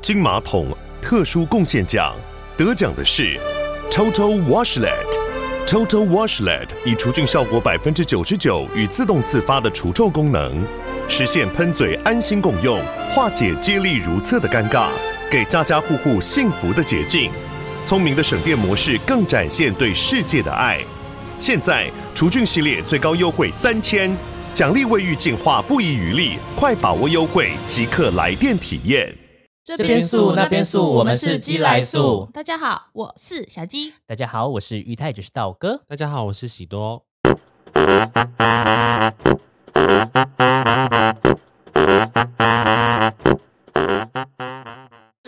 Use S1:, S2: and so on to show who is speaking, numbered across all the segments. S1: 金马桶特殊贡献奖，得奖的是 Toto Washlet。Toto Washlet 以除菌效果百分之九十九与自动自发的除臭功能，实现喷嘴安心共用，化解接力如厕的尴尬，给家家户户幸福的捷径。聪明的省电模式更展现对世界的爱。现在除菌系列最高优惠三千，奖励卫浴净化不遗余力，快把握优惠，即刻来电体验。
S2: 这
S3: 边素那边素我们是鸡来素
S2: 大家好，我是小鸡。
S3: 大家好，我是于太，就是道哥。
S4: 大家好，我是喜多。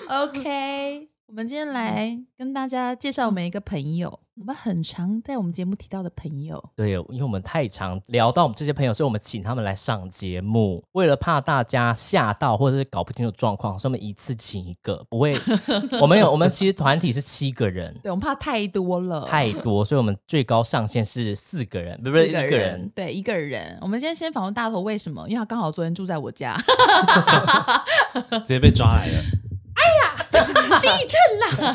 S2: OK，我们今天来跟大家介绍我们一个朋友，我们很常在我们节目提到的朋友。
S3: 对，因为我们太常聊到我们这些朋友，所以我们请他们来上节目，为了怕大家吓到或者是搞不清楚状况，所以我们一次请一个，不 会。我们有，我们其实团体是七个人，
S2: 对，我们怕太多了，
S3: 太多，所以我们最高上限是四个人，不是
S2: 一
S3: 一
S2: 个
S3: 个
S2: 人，
S3: 人。
S2: 对，一个人。我们今天先访问大头，为什么？因为他刚好昨天住在我家，
S4: 直接被抓来了。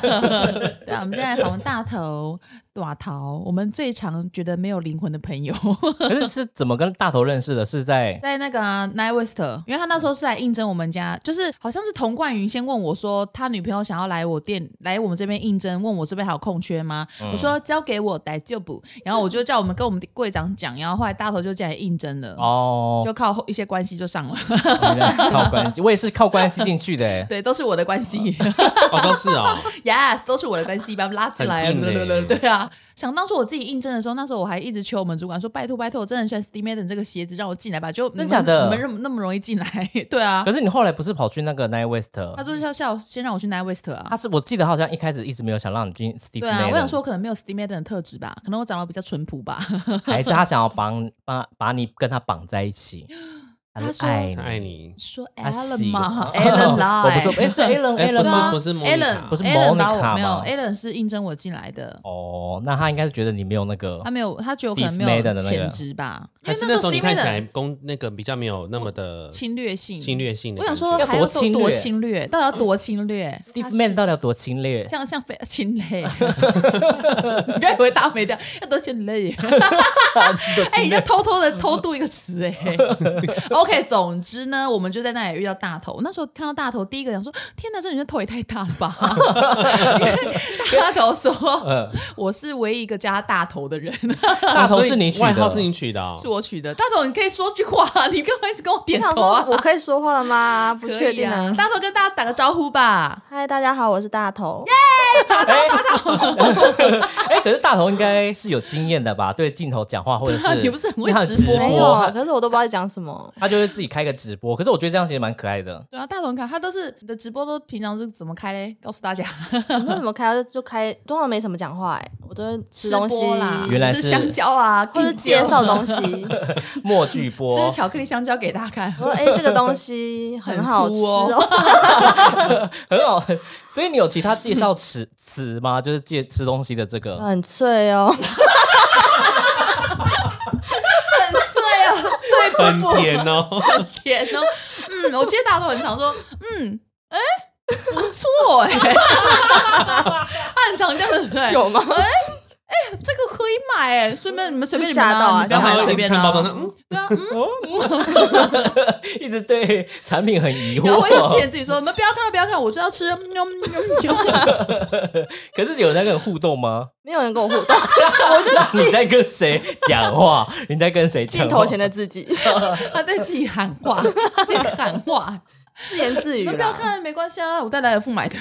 S2: 对啊，我们现在访问大头、短头，我们最常觉得没有灵魂的朋友，
S3: 可是是怎么跟大头认识的？是在
S2: 在那个、啊、Night West，因为他那时候是来应征我们家，就是好像是童冠云先问我说，他女朋友想要来我店，来我们这边应征，问我这边还有空缺吗？
S3: 嗯
S2: 我说交给我来就补，然后我就叫我们跟我们柜长讲，然后后来大头就进来应征了，
S3: 哦，
S2: 就靠一些关系就上了，
S3: 原来是靠关系，我也是靠关系进去的欸。
S2: 对，都是我的关系。
S4: 哦，都是哦，
S2: Yes，都是我的关系，把他们拉进来。
S4: 很硬嘞
S2: 对啊，想当初我自己应征的时候，那时候我还一直求我们主管说：“拜托拜托，我真的很喜欢 Steam Maiden 这个鞋子，让我进来吧。”就
S3: 真假的
S2: 你们那么那么容易进来？ 对啊
S3: 可，是你后来不是跑去那个 Night West？
S2: 他就是要叫我先让我去 Night West 啊
S3: 他。是我记得他好像一开始一直没有想让你进 Steve
S2: 对
S3: Madden。
S2: 啊，我想说，我可能没有 Steam Maiden 的特质吧，可能我长得比较淳朴吧。
S3: 还是他想要绑把把你跟他绑在 一起？
S2: 他说
S3: 爱
S4: 他爱你。
S2: 说
S3: 他
S2: Alan
S3: 喜
S2: 吗
S3: 欢
S2: ？Alan 啦，
S3: 哦 我不是，哎，是 Alan
S4: 哎
S3: Alan
S4: 不
S3: 吗
S4: 是？不是莫妮
S2: Alan，
S4: 卡
S3: 不是
S2: Alan 把我
S3: Monica
S2: 没有
S3: 吗
S2: ，Alan 是应征我进来的。
S3: 哦，那他应该是觉得你没有那个
S2: 他，没有，他觉得我可能
S3: Steve
S2: 没有
S3: Madden 的那个
S2: 潜质吧，因
S4: 还
S2: 为
S4: 是
S2: 那
S4: 那时候
S2: Steve
S4: 你看起
S2: Madden
S4: 来攻那个比较没有那么的
S2: 侵略性，
S4: 侵略性的
S2: 我
S4: 感
S2: 想
S4: 觉？
S2: 说，还要
S3: 要多
S2: 多
S3: 侵
S2: 多
S3: 略
S2: 侵略，到底要多侵略
S3: Steve Man 到底有多侵略？
S2: 像像非 侵略，你不要以为大没掉，要多侵略。哎，你在偷偷的偷渡一个词哎。OK，总之呢，我们就在那里遇到大头。那时候看到大头，第一个想说：天哪，这女生头也太大了吧！ 因为大头说
S3: 呃，
S2: 我是唯一一个叫他大头的人，
S3: 大头是你
S4: 哦
S3: 取
S4: 所以外号是
S3: 的，
S4: 你取的哦
S2: 是。我取的。大头，你可以说句话啊，你干嘛一直跟我点
S5: 我想
S2: 头
S5: 说
S2: 啊，？
S5: 我可以说话了吗？不
S2: 可以
S5: 确定
S2: 啊。大头跟大家打个招呼吧。
S5: 嗨，大家好，我是大头。
S3: 哎，可是大头应该是有经验的吧？对镜头讲话或者
S2: 对啊
S3: 是
S2: 你不是很会
S3: 因为他有
S2: 直
S3: 直
S2: 播
S5: 没有啊，可是我都不知道在讲什么。
S3: 他就会自己开个直播。可是我觉得这样其实蛮可爱的。
S2: 对啊，大同卡他都是你的直播都平常是怎么开嘞？告诉大家，
S5: 那怎么开就就开，通常没什么讲话哎，我都会 吃东西，
S2: 播啦，
S3: 原来
S2: 吃
S3: 是
S2: 香蕉啊，
S5: 或是
S2: 地
S5: 介
S2: 胶
S5: 绍东西。
S3: 默剧播
S2: 吃，巧克力香蕉给大家看。
S5: 我说哎，这个东西很好吃
S2: 很
S5: 哦。
S3: 很好。所以你有其他介绍词 词吗？就是介吃东西的这个。
S5: 很脆哦，
S2: 啊
S4: 很甜哦，
S2: 天哦，嗯，我记得大头很常说，嗯，哎、不错 哎、他很常这样子，对不对？
S5: 有吗？
S2: 这个可以买哎、随便你们随便你们
S5: 吓到
S2: 啊，
S5: 啊
S2: 你
S4: 然
S2: 们
S4: 后
S2: 买
S4: 还会
S2: 随
S4: 一直
S2: 便
S4: 看包装，
S2: 啊。
S4: 那嗯，
S2: 对啊，嗯。
S3: 一直对产品很疑
S2: 然后我就
S3: 惑，
S2: 骗自己说：“你们不要看了，不要看，我就要吃。嗯”嗯
S3: 可是有在跟人互动吗？
S5: 没有人跟我互动，
S3: 那你在跟谁讲 话？你在跟谁讲
S5: 镜
S3: 话？
S5: 头前的自己
S2: 他在嗯啊自己喊话，自己喊话。
S5: 自言自
S2: 你
S5: 语
S2: 们不要
S5: 啦。
S2: 看，没关系啊，我带莱尔富买的。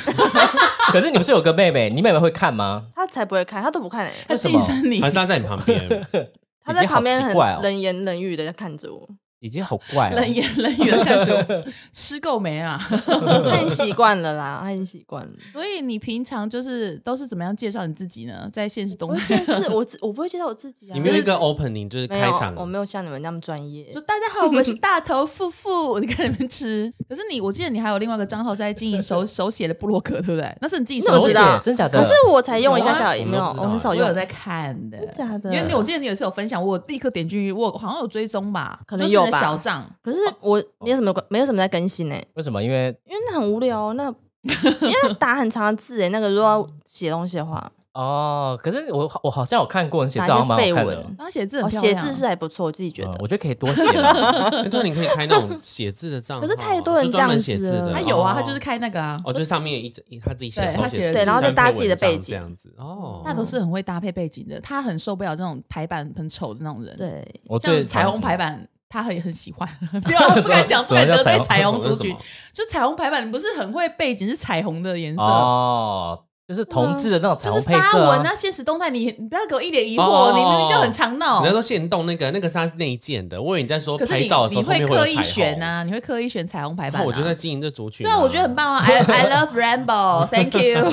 S3: 可是你不是有个妹妹？你妹妹会看吗？
S5: 他才不会看，他都不看哎，
S2: 他
S3: 为什
S2: 晋
S3: 么
S2: 升你
S4: 还，是他在你旁边？
S5: 他在旁边
S3: 已经好奇
S5: 很
S3: 怪哦
S5: 冷言冷语的看着我，
S3: 已经好怪了、
S2: 冷言冷语的看着我，吃够没啊？
S5: 他已经习惯了啦，他已经习惯了。
S2: 所以你平常就是都是怎么样介绍你自己呢？在现实
S5: 我
S2: 中
S5: 就，觉 得是我自我不会介绍我自己啊，
S4: 你没有一个 opening，就是
S5: 没
S4: 开
S5: 有
S4: 场，
S5: 我没有像你们那么专业
S2: 说。大家好，我们是大头富富，你看你们吃。可是你，我记得你还有另外一个账号是在经营 手手写的部落格，对不对？那是你自己
S5: 那我
S2: 手
S5: 知
S2: 写
S5: 道，
S3: 哦真假的？
S5: 可是我才用一下下而已，
S4: 有啊
S5: 没有，
S4: 我们都知道
S2: 我
S5: 我很少
S2: 有
S5: 用，
S2: 在看的，
S5: 真假的
S2: 因为你我记得你有一次有分享，我立刻点进去，我好像有追踪吧，
S5: 可
S2: 就
S5: 能
S2: 是你的
S5: 有吧
S2: 小账。哦
S5: 可是我没有什么，没有什么在更新呢、
S3: 为什么？因为
S5: 因为那很无聊，那因为它打很长的字哎，那个如果要写东西的话，
S3: 哦，可是我我好像有看过你写
S5: 打
S3: 照，
S5: 一些
S3: 蛮好
S5: 废
S3: 看的。
S5: 文，
S2: 然后写字
S5: 哦
S2: 很漂
S5: 写
S2: 亮，啊
S5: 字是还不错，我自己觉
S3: 嗯
S4: 哦
S5: 得。
S3: 我觉得可以多写 嘛
S4: 哎对，你可以开那种写字的账号啊，
S5: 可是太多人
S4: 就专门
S5: 这
S4: 写
S5: 样子
S4: 字的，
S5: 了
S2: 他有啊，
S4: 哦
S2: 他就是。开那个啊，
S4: 哦，就上面一一他自己写
S2: 对
S4: 的手
S2: 他
S4: 写
S2: 写的
S4: 字，
S2: 对然后
S5: 再搭自己的
S4: 像配
S5: 背
S4: 文章这
S5: 景
S4: 样子哦，
S2: 那都是很会搭配背景的。他很受不了这种排版很丑的那种人，，
S5: 对，
S3: 我最
S2: 像彩虹排版。他很很喜欢，不要不敢讲，不敢得
S3: 什么
S2: 罪
S3: 叫
S2: 彩
S3: 彩
S2: 虹
S4: 虹
S2: 族群
S4: 那是。
S2: 就彩虹排版，你不是很会背景是彩虹的颜色，
S3: 嗯哦，就是同志的那种彩
S2: 就是
S3: 虹配色、
S2: 发
S3: 啊，
S2: 文啊，现实动态，你你不要给我一脸疑惑，
S4: 哦
S2: 你明明就很常闹
S4: 你在。说现动那个那个是它内建的，我以为你在说
S2: 可是
S4: 拍
S2: 你
S4: 照的时候
S2: 你
S4: 后面会有
S2: 刻
S4: 彩
S2: 意
S4: 虹
S2: 选，啊，你会刻意选彩虹排
S4: 然
S2: 版、啊。
S4: 后我就在经营这族群，
S2: 对啊，我觉得很。棒啊！I I love rainbow，thank you。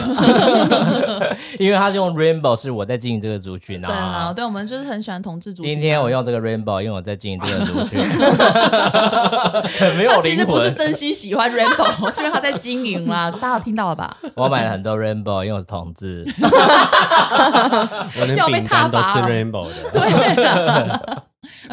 S3: 因为他是用 rainbow 是我在经营这个族群
S2: 对啊，
S3: 啊。
S2: 对，我们就是很喜欢同志族群。啊
S3: 今天我用这个 rainbow，因为我在经营这个族 群，很没有
S2: 他其实
S3: 灵
S2: 不是
S3: 魂。
S2: 真心喜欢 rainbow，是因为他在经营啦。大家有听到了吧？
S3: 我买了很多 rainbow，因为我是同志。
S4: 我连
S2: 要被
S4: 饼干都
S2: 踏伐
S4: 吃
S2: 了
S4: rainbow 的，
S2: 对啊，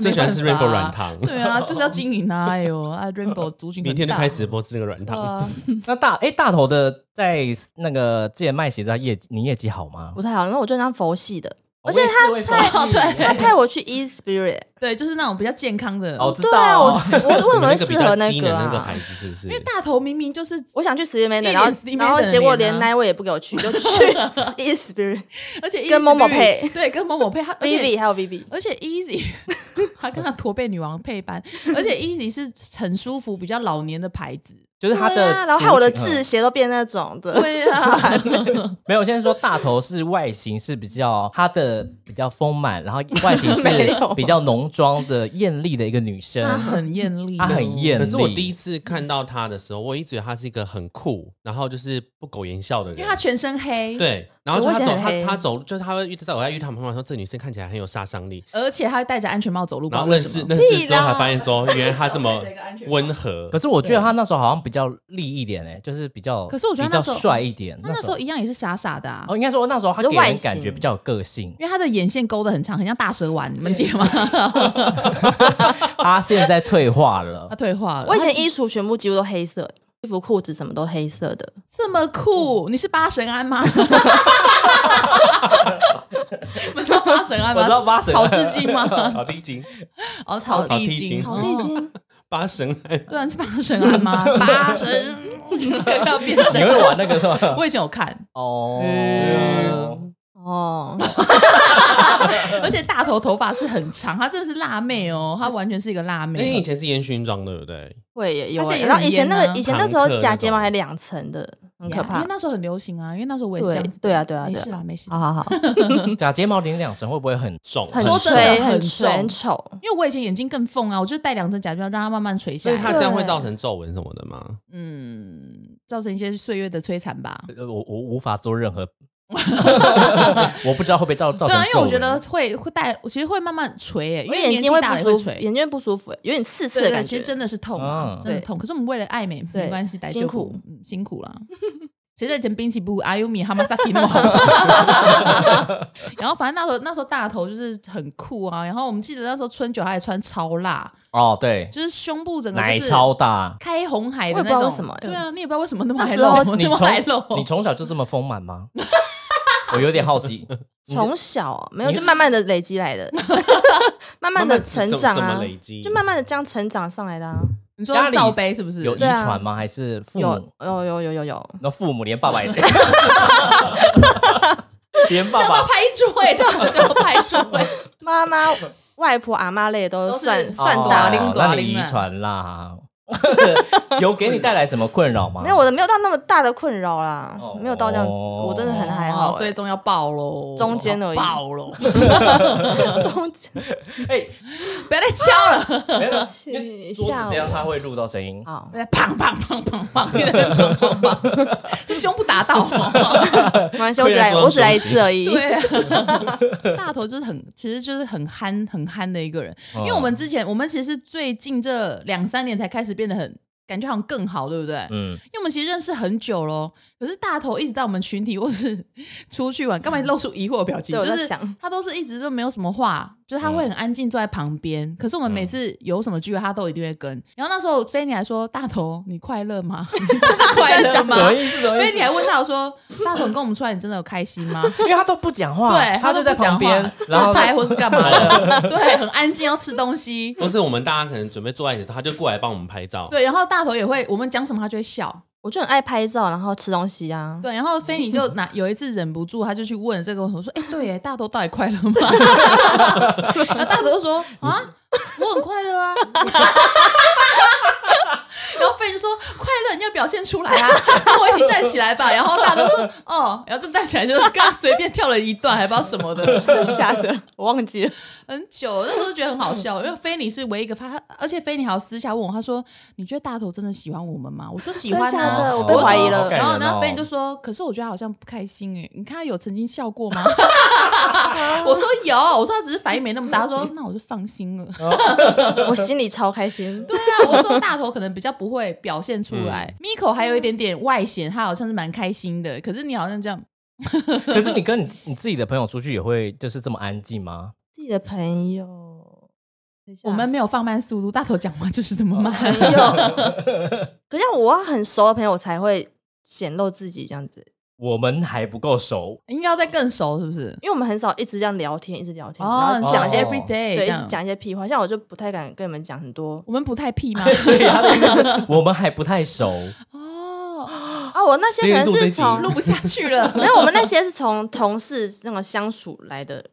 S4: 最喜欢吃
S2: 没办法
S4: rainbow
S2: 啊
S4: 软。糖。
S2: 对啊，就是要经营啊！哎呦啊，rainbow 族群
S4: 明天就
S2: 很大
S4: 开直播吃那个软
S2: 对
S4: 糖，
S2: 啊，
S3: 那大哎、大头的在那个之前卖鞋子，他业你业绩好吗？
S5: 不太好，因为我就那佛 系的，而且
S3: 他
S2: 哦
S5: 他
S2: 对
S5: 派我去 E Spirit，
S2: 对，就是那种比较健康的。
S3: 哦，我知
S5: 对啊，
S3: 道
S5: 我
S3: 哦，
S5: 我为什
S4: 你们
S5: 么会
S4: 那个比
S5: 适
S4: 较
S5: 合那
S4: 机能那个
S5: 啊
S4: 牌？子是不是？
S2: 因为大头明明就是
S5: 我想去 Spirit
S2: 一脸
S5: 的，然后
S2: Spirit
S5: 然后
S2: 的
S5: 结果
S2: 脸啊
S5: 连那一位也不给我去，就 去 E Spirit
S2: 而且 Easy
S5: 跟某某
S2: Spirit-
S5: 配
S2: 对，跟某某配，他而且
S5: Vivi 还有 Vivi，
S2: 而且 Easy 他跟他驼背女王配班，而且 Easy 是很舒服、比较老年的牌子。
S3: 就是他
S5: 对
S3: 的族
S5: 啊
S3: 群，
S5: 然后害我的
S3: 嗯
S5: 字鞋都变那种的，
S2: 对 啊，
S3: 没有，我先说大头是外形是比较她的比较丰满，然后外形
S5: 没
S3: 是
S5: 有
S3: 比较浓妆的艳丽的一个女生，
S5: 啊
S2: 她很艳丽，哦
S3: 她很艳丽。
S4: 可是我第一次看到他的时候，我一直以为他是一个很酷，然后就是不苟言笑的人，
S2: 因为她全身黑，，
S4: 对，然后就他
S5: 我以
S4: 走
S5: 为很
S4: 他
S5: 黑
S4: 他走，就是他会遇在我在遇他们旁边说，这女生看起来很有杀伤力，
S2: 而且她会戴着安全帽走路，不知
S4: 然
S2: 道
S4: 后
S2: 为
S4: 认
S2: 什
S4: 识
S2: 么。
S4: 认识
S5: 屁
S4: 之后
S5: 啦
S4: 才发现说，原来他这么
S2: 戴着一个安全帽
S4: 温和，
S3: 可是我觉得她那时候好像比较立一点哎、就是比较，
S2: 可是我觉得
S3: 比
S2: 她
S3: 较
S2: 那时候
S3: 帅一点。
S2: 她那时候一样也是傻傻的啊，。
S3: 哦，应该说那时候她
S5: 就
S3: 给
S5: 外
S3: 人感觉
S5: 形
S3: 比较有个性
S2: 因为她的眼线勾的很长，很像大蛇丸，你们解吗？
S3: 她现在退 化了
S2: 她，退化了。
S5: 我以前
S2: 她
S5: 衣橱全部几乎都黑色，衣服裤子什么都黑色的，
S2: 这么酷，你是八神庵吗？你们知道八神庵吗？
S3: 我知道八神
S2: 草
S3: 庵
S2: 至今吗？
S4: 草地精
S2: 哦，草
S4: 草
S2: 地
S4: 地
S2: 精，
S4: 精
S5: 草地精，
S4: 八神庵
S2: 对啊，是八神庵吗？八神要变
S3: 你
S2: 身
S3: 会，玩那个是吗？
S2: 我以前嗯有看，
S3: 哦，
S5: 哦，
S2: 而且大头头发是很长，她真的是辣妹哦，她完全是一个辣
S4: 那你
S2: 妹
S4: 以。前是烟熏妆对不对？
S5: 会耶有
S2: 而且
S5: 耶，
S2: 也
S5: 然后
S2: 很
S5: 以前那
S2: 烟啊
S5: 个以前那时候
S4: 常客那
S5: 假睫毛
S4: 种
S5: 还两层的，很可
S2: Yeah，因
S5: 怕
S2: 为。那时候很流行啊，因为那时候我也是这
S5: 对
S2: 样子的
S5: 对啊对啊
S2: 没
S5: 对
S2: 事啦，没事啦
S5: 好。好好，
S3: 假睫毛零两层会不会很重？
S4: 很
S2: 说真的
S5: 垂
S2: 很
S5: 很垂
S2: 重
S5: 很丑，
S2: 因为我以前眼睛更缝啊，我就戴两层假睫毛，让它慢慢垂下
S4: 所以他这
S2: 来。
S4: 样会造成皱纹什么的吗？
S2: 嗯，造成一些岁月的摧残吧。
S3: 呃我我无法做 任何，我不知道会不会造造
S2: 对
S3: 成皱
S2: 啊，
S3: 纹。
S2: 因为我觉得会会戴，我其实会慢慢垂诶，因
S5: 我
S2: 为
S5: 眼
S2: 年纪
S5: 睛
S2: 大
S5: 不
S2: 了也
S5: 舒服，
S2: 垂。
S5: 眼睛会不舒服，有点刺刺
S2: 对
S5: 的
S2: 对，
S5: 感
S2: 其
S5: 觉
S2: 实。真的是痛啊，
S3: 嗯
S2: 真的
S5: 对
S2: 痛。可是我们为了爱美，没
S5: 对
S2: 关系，来
S5: 辛
S2: 就
S5: 苦
S2: 不嗯辛苦啦。 谁在以前滨崎步、阿优米、哈马萨奇那么红？ 然后反正那时候那时候大头就是很酷啊。然后我们记得那时候春酒还穿超辣，
S3: 哦，对，
S2: 就是胸部整个
S3: 奶
S2: 就是
S3: 超大。
S2: 开红海
S5: 我
S2: 的
S5: 也
S2: 那种。
S5: 不知道为什么
S2: 对啊，你也不知道为什么那么
S5: 那
S2: 海
S5: 时候
S2: 露，
S3: 你
S2: 哦那么海露。
S3: 从你从小就这么丰满吗？我有点 好奇，你
S5: 从小啊没有，
S3: 你
S5: 就慢慢的累积来的，慢慢的成长
S4: 怎
S5: 啊
S4: 么，累积？
S5: 就慢慢的这样成长上来的啊。
S2: 你说
S3: 家里
S2: 罩杯是不是？
S3: 有遗
S5: 对啊
S3: 传吗？还是父母
S5: 有？有有有有有，
S3: 那父母连爸爸也哦连爸
S2: 这样都
S3: 爸
S2: 拍桌哎，这样要拍桌哎。
S5: 妈 妈、外婆、阿妈类都
S2: 都是
S5: 算
S2: 饭
S5: 算
S3: 哦
S5: 大
S2: 龄
S5: 龄。
S2: 大
S3: 那
S2: 龄
S3: 你遗
S2: 了
S3: 传啦。有给你带来什么困扰
S2: 啊
S3: 吗？
S5: 没有，我的没有到那么大的困扰啦
S3: 哦，
S5: 没有到这样子，我真的很还
S2: 哦
S5: 好欸。
S2: 最终要爆喽，
S5: 中间而已
S2: 爆喽，
S5: 中间
S3: 哎，
S2: 不要再敲了，
S3: 没有，因为
S5: 气
S3: 桌子
S5: 吓
S3: 这样
S5: 我，
S3: 它会录到声音。
S5: 好，
S2: 砰砰砰砰砰，你在那边砰砰砰，这胸部打到。
S5: 没关系，我只 来我只来一次而已。
S2: 对啊，大头就是很，其实就是很憨很憨的一个人，
S3: 嗯
S2: 因为我们之前我们其实最近这两三年才开始变得很。感觉好像更好，对不对？
S3: 嗯，
S2: 因为我们其实认识很久咯，可是大头一直在我们
S3: 嗯
S2: 群体或是出去玩，干嘛露出疑惑的表情？
S5: 对我
S2: 就
S5: 在
S2: 是
S5: 想
S2: 他都是一直都没有什么话，就是他会
S3: 嗯
S2: 很安静坐在旁边。可是我们每次有什么聚会，他都一定会跟。然后那时候菲尼还说：“大头，你快乐吗？ 你真 的快乐吗
S3: 什么意思？什么意
S2: 菲
S3: 思
S2: 尼？还问到说：“大头，你跟我们出来，你真的有开心 吗？”
S3: 因为他都不讲话，
S2: 对，
S3: 他
S2: 都
S3: 就在
S2: 不讲
S3: 旁
S2: 话
S3: 边，然后嗯
S2: 自拍或是干嘛 的，对，很安静，要吃东西。
S4: 或是我们大家可能准备坐在一起的时候，他就过来帮我们拍照。
S2: 对，然后大头也会，我们讲什么他就会笑。
S5: 我就很爱拍照，然后吃东西啊。
S2: 对，然后菲尼就拿有一次忍不住，他就去问这个问题，我说：“哎、对耶，大头到底快乐吗？” 然后大头就说：“啊，我很快乐啊。” 然后菲尼就说：“快乐，你要表现出来啊，跟我一起站起来吧。”然后大头说：“哦。”然后就站起来，就是刚随便跳了一段，还不知道什么的。
S5: 真的假的？ 我忘记 了。
S2: 很久，那时候就觉得很好笑，因为菲尼是唯一一个发，而且菲尼还有私下问我，他说：“你觉得大头真的喜欢我们吗？”我说：“喜欢
S5: 真假
S2: 啊。
S5: 的
S3: 哦
S5: 我被
S2: 我
S5: 怀疑
S2: 说
S5: 了
S3: 好感
S2: 然后
S3: 人
S2: 呢，
S3: 哦
S2: 菲尼就说：“可是我觉得他好像不开心哎、你看他有曾经笑过吗？” 我说：“有。”我说：“他只是反应没那么大。”他说：“那我就放心了。”
S5: 我心里超开心。
S2: 对啊，我说大头可能比较不会表现出来、m i k o 还有一点点外显，他好像是蛮开心的，可是你好像这样。
S3: 可是你跟你你自己的朋友出去也会就是这么安静吗？
S5: 自己的朋友，等一下
S2: 我们没有放慢速度，大头讲话就是这么慢。
S5: 朋友，可是我要很熟的朋友我才会显露自己这样子，
S3: 我们还不够熟，
S2: 应该要再更熟，是不是？
S5: 因为我们很少一直这样聊天，一直聊天，
S2: 哦，
S5: 然
S2: 你
S5: 后
S2: 讲一
S5: 讲一
S2: 些
S5: 些、
S3: 哦
S2: every day，
S5: 对，
S2: 这
S5: 一
S2: 样
S5: 直讲一些屁话，像我就不太敢跟你们讲很多
S2: 我们不太屁吗？
S3: 所以他的意思是我们还不太熟。
S2: 哦，
S5: 啊。我那些可能是从
S2: 录不下去了。
S5: 没有，我们那些是从同事那个相处来的，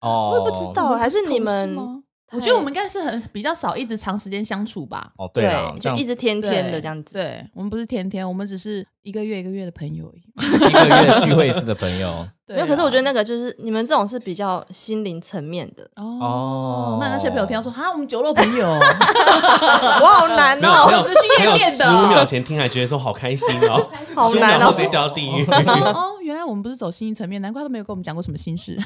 S3: 哦，
S5: 我也不知道，还是你
S2: 同事
S5: 们
S2: 吗？ 我觉得我们应该是很比较少一直长时间相处吧。
S3: 哦，对
S5: 对
S3: 了，，这
S5: 就
S3: 样
S5: 一直天
S2: 对
S5: 天的这样子。
S2: 对我们不是天天，我们只是一个月一个月的朋友而已。
S3: 一个月聚会一次的朋友，
S2: 对啊
S5: 没有，可是我觉
S2: 得
S5: 得那个就是你们这种是比较心灵层面 的，
S2: 哦，那那些朋友听到说哈，我们酒肉朋友，
S5: 我好难
S4: 没有
S5: 哦
S4: 没，有
S2: 这是
S4: 没
S2: 夜
S4: 有
S2: 店
S4: 十
S2: 的
S4: 五秒前听还觉得说好开心哦，
S5: 好难
S4: 15秒
S5: 哦
S4: 后直接掉到 地狱。
S2: 哦哦，原来我们不是走心一层面，难怪都没有跟我们讲过什么心 事。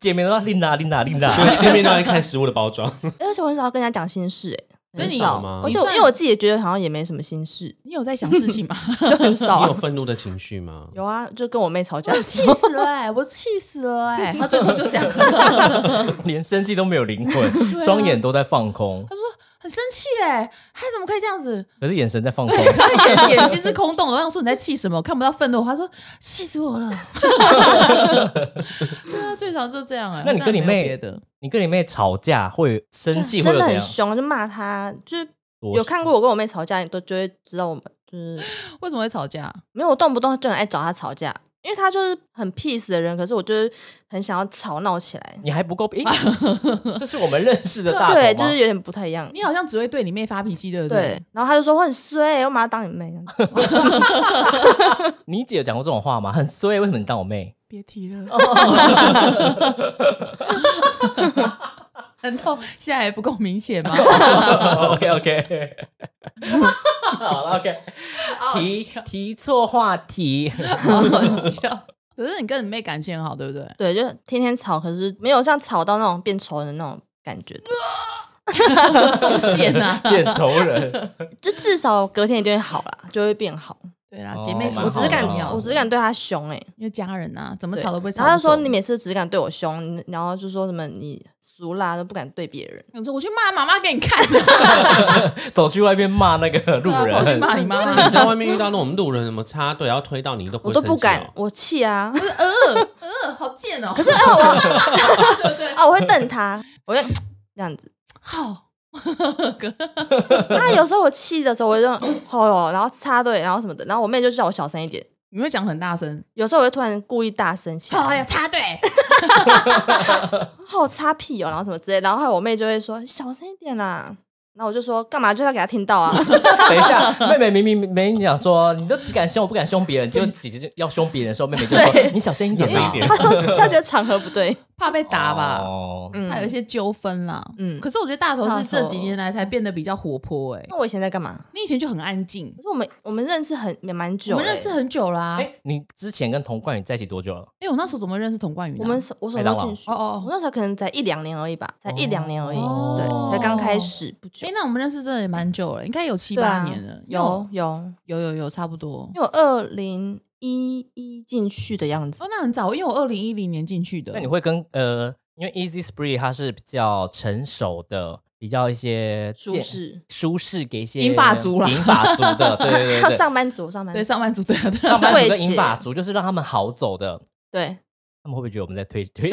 S3: 见面都要琳达琳达琳达。
S4: 对，见面都要看食物的包装，
S5: 而且我很少跟人家讲心事，哎，
S2: 所以
S5: 很
S2: 你
S5: 少
S4: 吗
S5: 而
S2: 你
S5: 且我
S2: 算
S5: 因为我自己也觉得好像也没什么心事，
S2: 你有在想事情吗？
S5: 就很少
S4: 你有
S5: 啊。
S4: 愤怒的情绪吗？
S5: 有啊，就跟我妹吵架
S2: 我，气死了
S5: 欸
S2: 哎，我气死了哎， 他最后就讲了。
S3: 连生气都没有灵魂，双眼都在放空，
S2: 他说很生气哎，他怎么可以这样子？
S3: 可是眼神在放空。
S2: 对，啊他眼眼睛是空洞 的。我想说你在气什么？我看不到愤怒。他说气死我了。对啊，最常就这样哎、
S3: 那你跟你
S2: 好像也没有
S3: 妹
S2: 别的
S3: 你跟你妹吵架会生气，会
S5: 真
S3: 有
S5: 的
S3: 怎
S5: 很
S3: 样？
S5: 凶，就骂她，就是
S3: 多
S5: 有看过我跟我妹吵架，你都就会知道我们就是
S2: 为什么会吵架？
S5: 没有，我动不动就很爱找她吵架，因为她就是很 peace 的人，可是我就是很想要吵闹起来，
S3: 你还不够，诶这是我们认识的大头吗
S5: 对，就是有点不太一样。
S2: 你好像只会对你妹发脾气，对不
S5: 对？，然后她就说我很衰，我马上当你妹这样子。
S3: 你姐有讲过这种话吗？很衰，为什么你当我妹？
S2: 别提了， 难道现在还不够明显吗？
S3: OK OK，好了 OK，提提错话题，
S2: 好好笑。可是你跟你妹感情很好，对不对？
S5: 对，就天天吵，可是没有像吵到那种变仇人的那种感觉，
S2: 中间啊，
S3: 变仇人。
S5: 就至少隔天一定会好啦，就会变好。
S2: 对啦，
S3: 哦
S2: 姐妹情
S3: 蛮
S5: 我
S3: 好
S5: 只
S3: 的
S5: 是敢
S2: 很重要，
S5: 我只敢对她凶哎、欸，
S2: 因为家人啊，怎么
S5: 对
S2: 吵都不会吵。
S5: 然后她就说你，每次只敢对我凶，你然后就说什么你俗啦都不敢对别人。
S2: 我说我去骂妈妈给你看，啊
S3: 走去外面骂那个路
S2: 对啊跑去
S3: 人，
S2: 骂你妈妈。
S4: 你在外面遇到那种路人什么插队，然后推到你，你都不会
S5: 我都不
S4: 生气哦
S5: 敢，我气啊！
S2: 呃，好贱哦！
S5: 可是哎、我啊，我会瞪她， 我就这样子。
S2: 好，
S5: 她有时候我气的时候，我就 吼哟，然后插队，然后什么的，然后我妹就叫我小声一点。
S2: 你会讲很大声，
S5: 有时候我会突然故意大声起来，
S2: 哦哎呀，插队，
S5: 好擦屁哦，然后什么之类的，然后后来我妹就会说小声一点啦。然后我就说干嘛，就要给她听到啊。
S3: 等一下，妹妹明明没讲说，你都只敢凶，我不敢凶别人，结果姐姐就要凶别人的时候，妹妹就说
S5: 对
S3: 你小声一点
S4: 小声
S3: 啊
S4: 一，点
S5: 她说她觉得场合 不对，
S2: 怕被打吧？
S3: 哦，
S5: 嗯，
S2: 还有一些纠纷啦，嗯。
S5: 嗯哦
S2: 可是我觉得大头是
S5: 大头
S2: 这几年来才变得比较活泼，哎，
S5: 那我以前在干嘛？
S2: 你以前就很安静
S5: 可，是我们我们认识很也蛮久、
S2: 我
S5: 欸，
S2: 们认识很久啦。
S3: 哎，你之前跟童冠宇在一起多久了？
S2: 哎，我那时候怎么认识童冠宇的啊？
S5: 我们什我什
S3: 麦
S5: 么
S3: 当
S5: 时
S3: 劳
S5: 候进去？
S2: 哦哦哦，
S5: 我那时候可能才一两年而已吧，才一两年而已，
S2: 哦
S5: 对，才刚开始不久
S2: 哎，。那我们认识真的也蛮久了，应该有七
S5: 对啊
S2: 八年了。
S5: 有有，
S2: 有有有，差不多。
S5: 因为我二零一一进去的样子
S2: 哦，，那很早，因为我二零一零年进去的
S3: 那。你会跟呃因为 Easy Spray 它是比较成熟的，比较一些
S5: 舒
S3: 健
S5: 适
S3: 舒适给一些
S2: 银发族啦
S3: 银发族的，对对 对
S5: 还有
S3: 对，
S5: 上班族，嗯上班
S2: 对
S5: 族，
S2: 上班族，对啊，对啊
S3: 上班族
S5: 柜
S3: 跟
S5: 姐
S3: 银发族就是让他们好走的。
S5: 对，
S3: 他们会不会觉得我们在推推？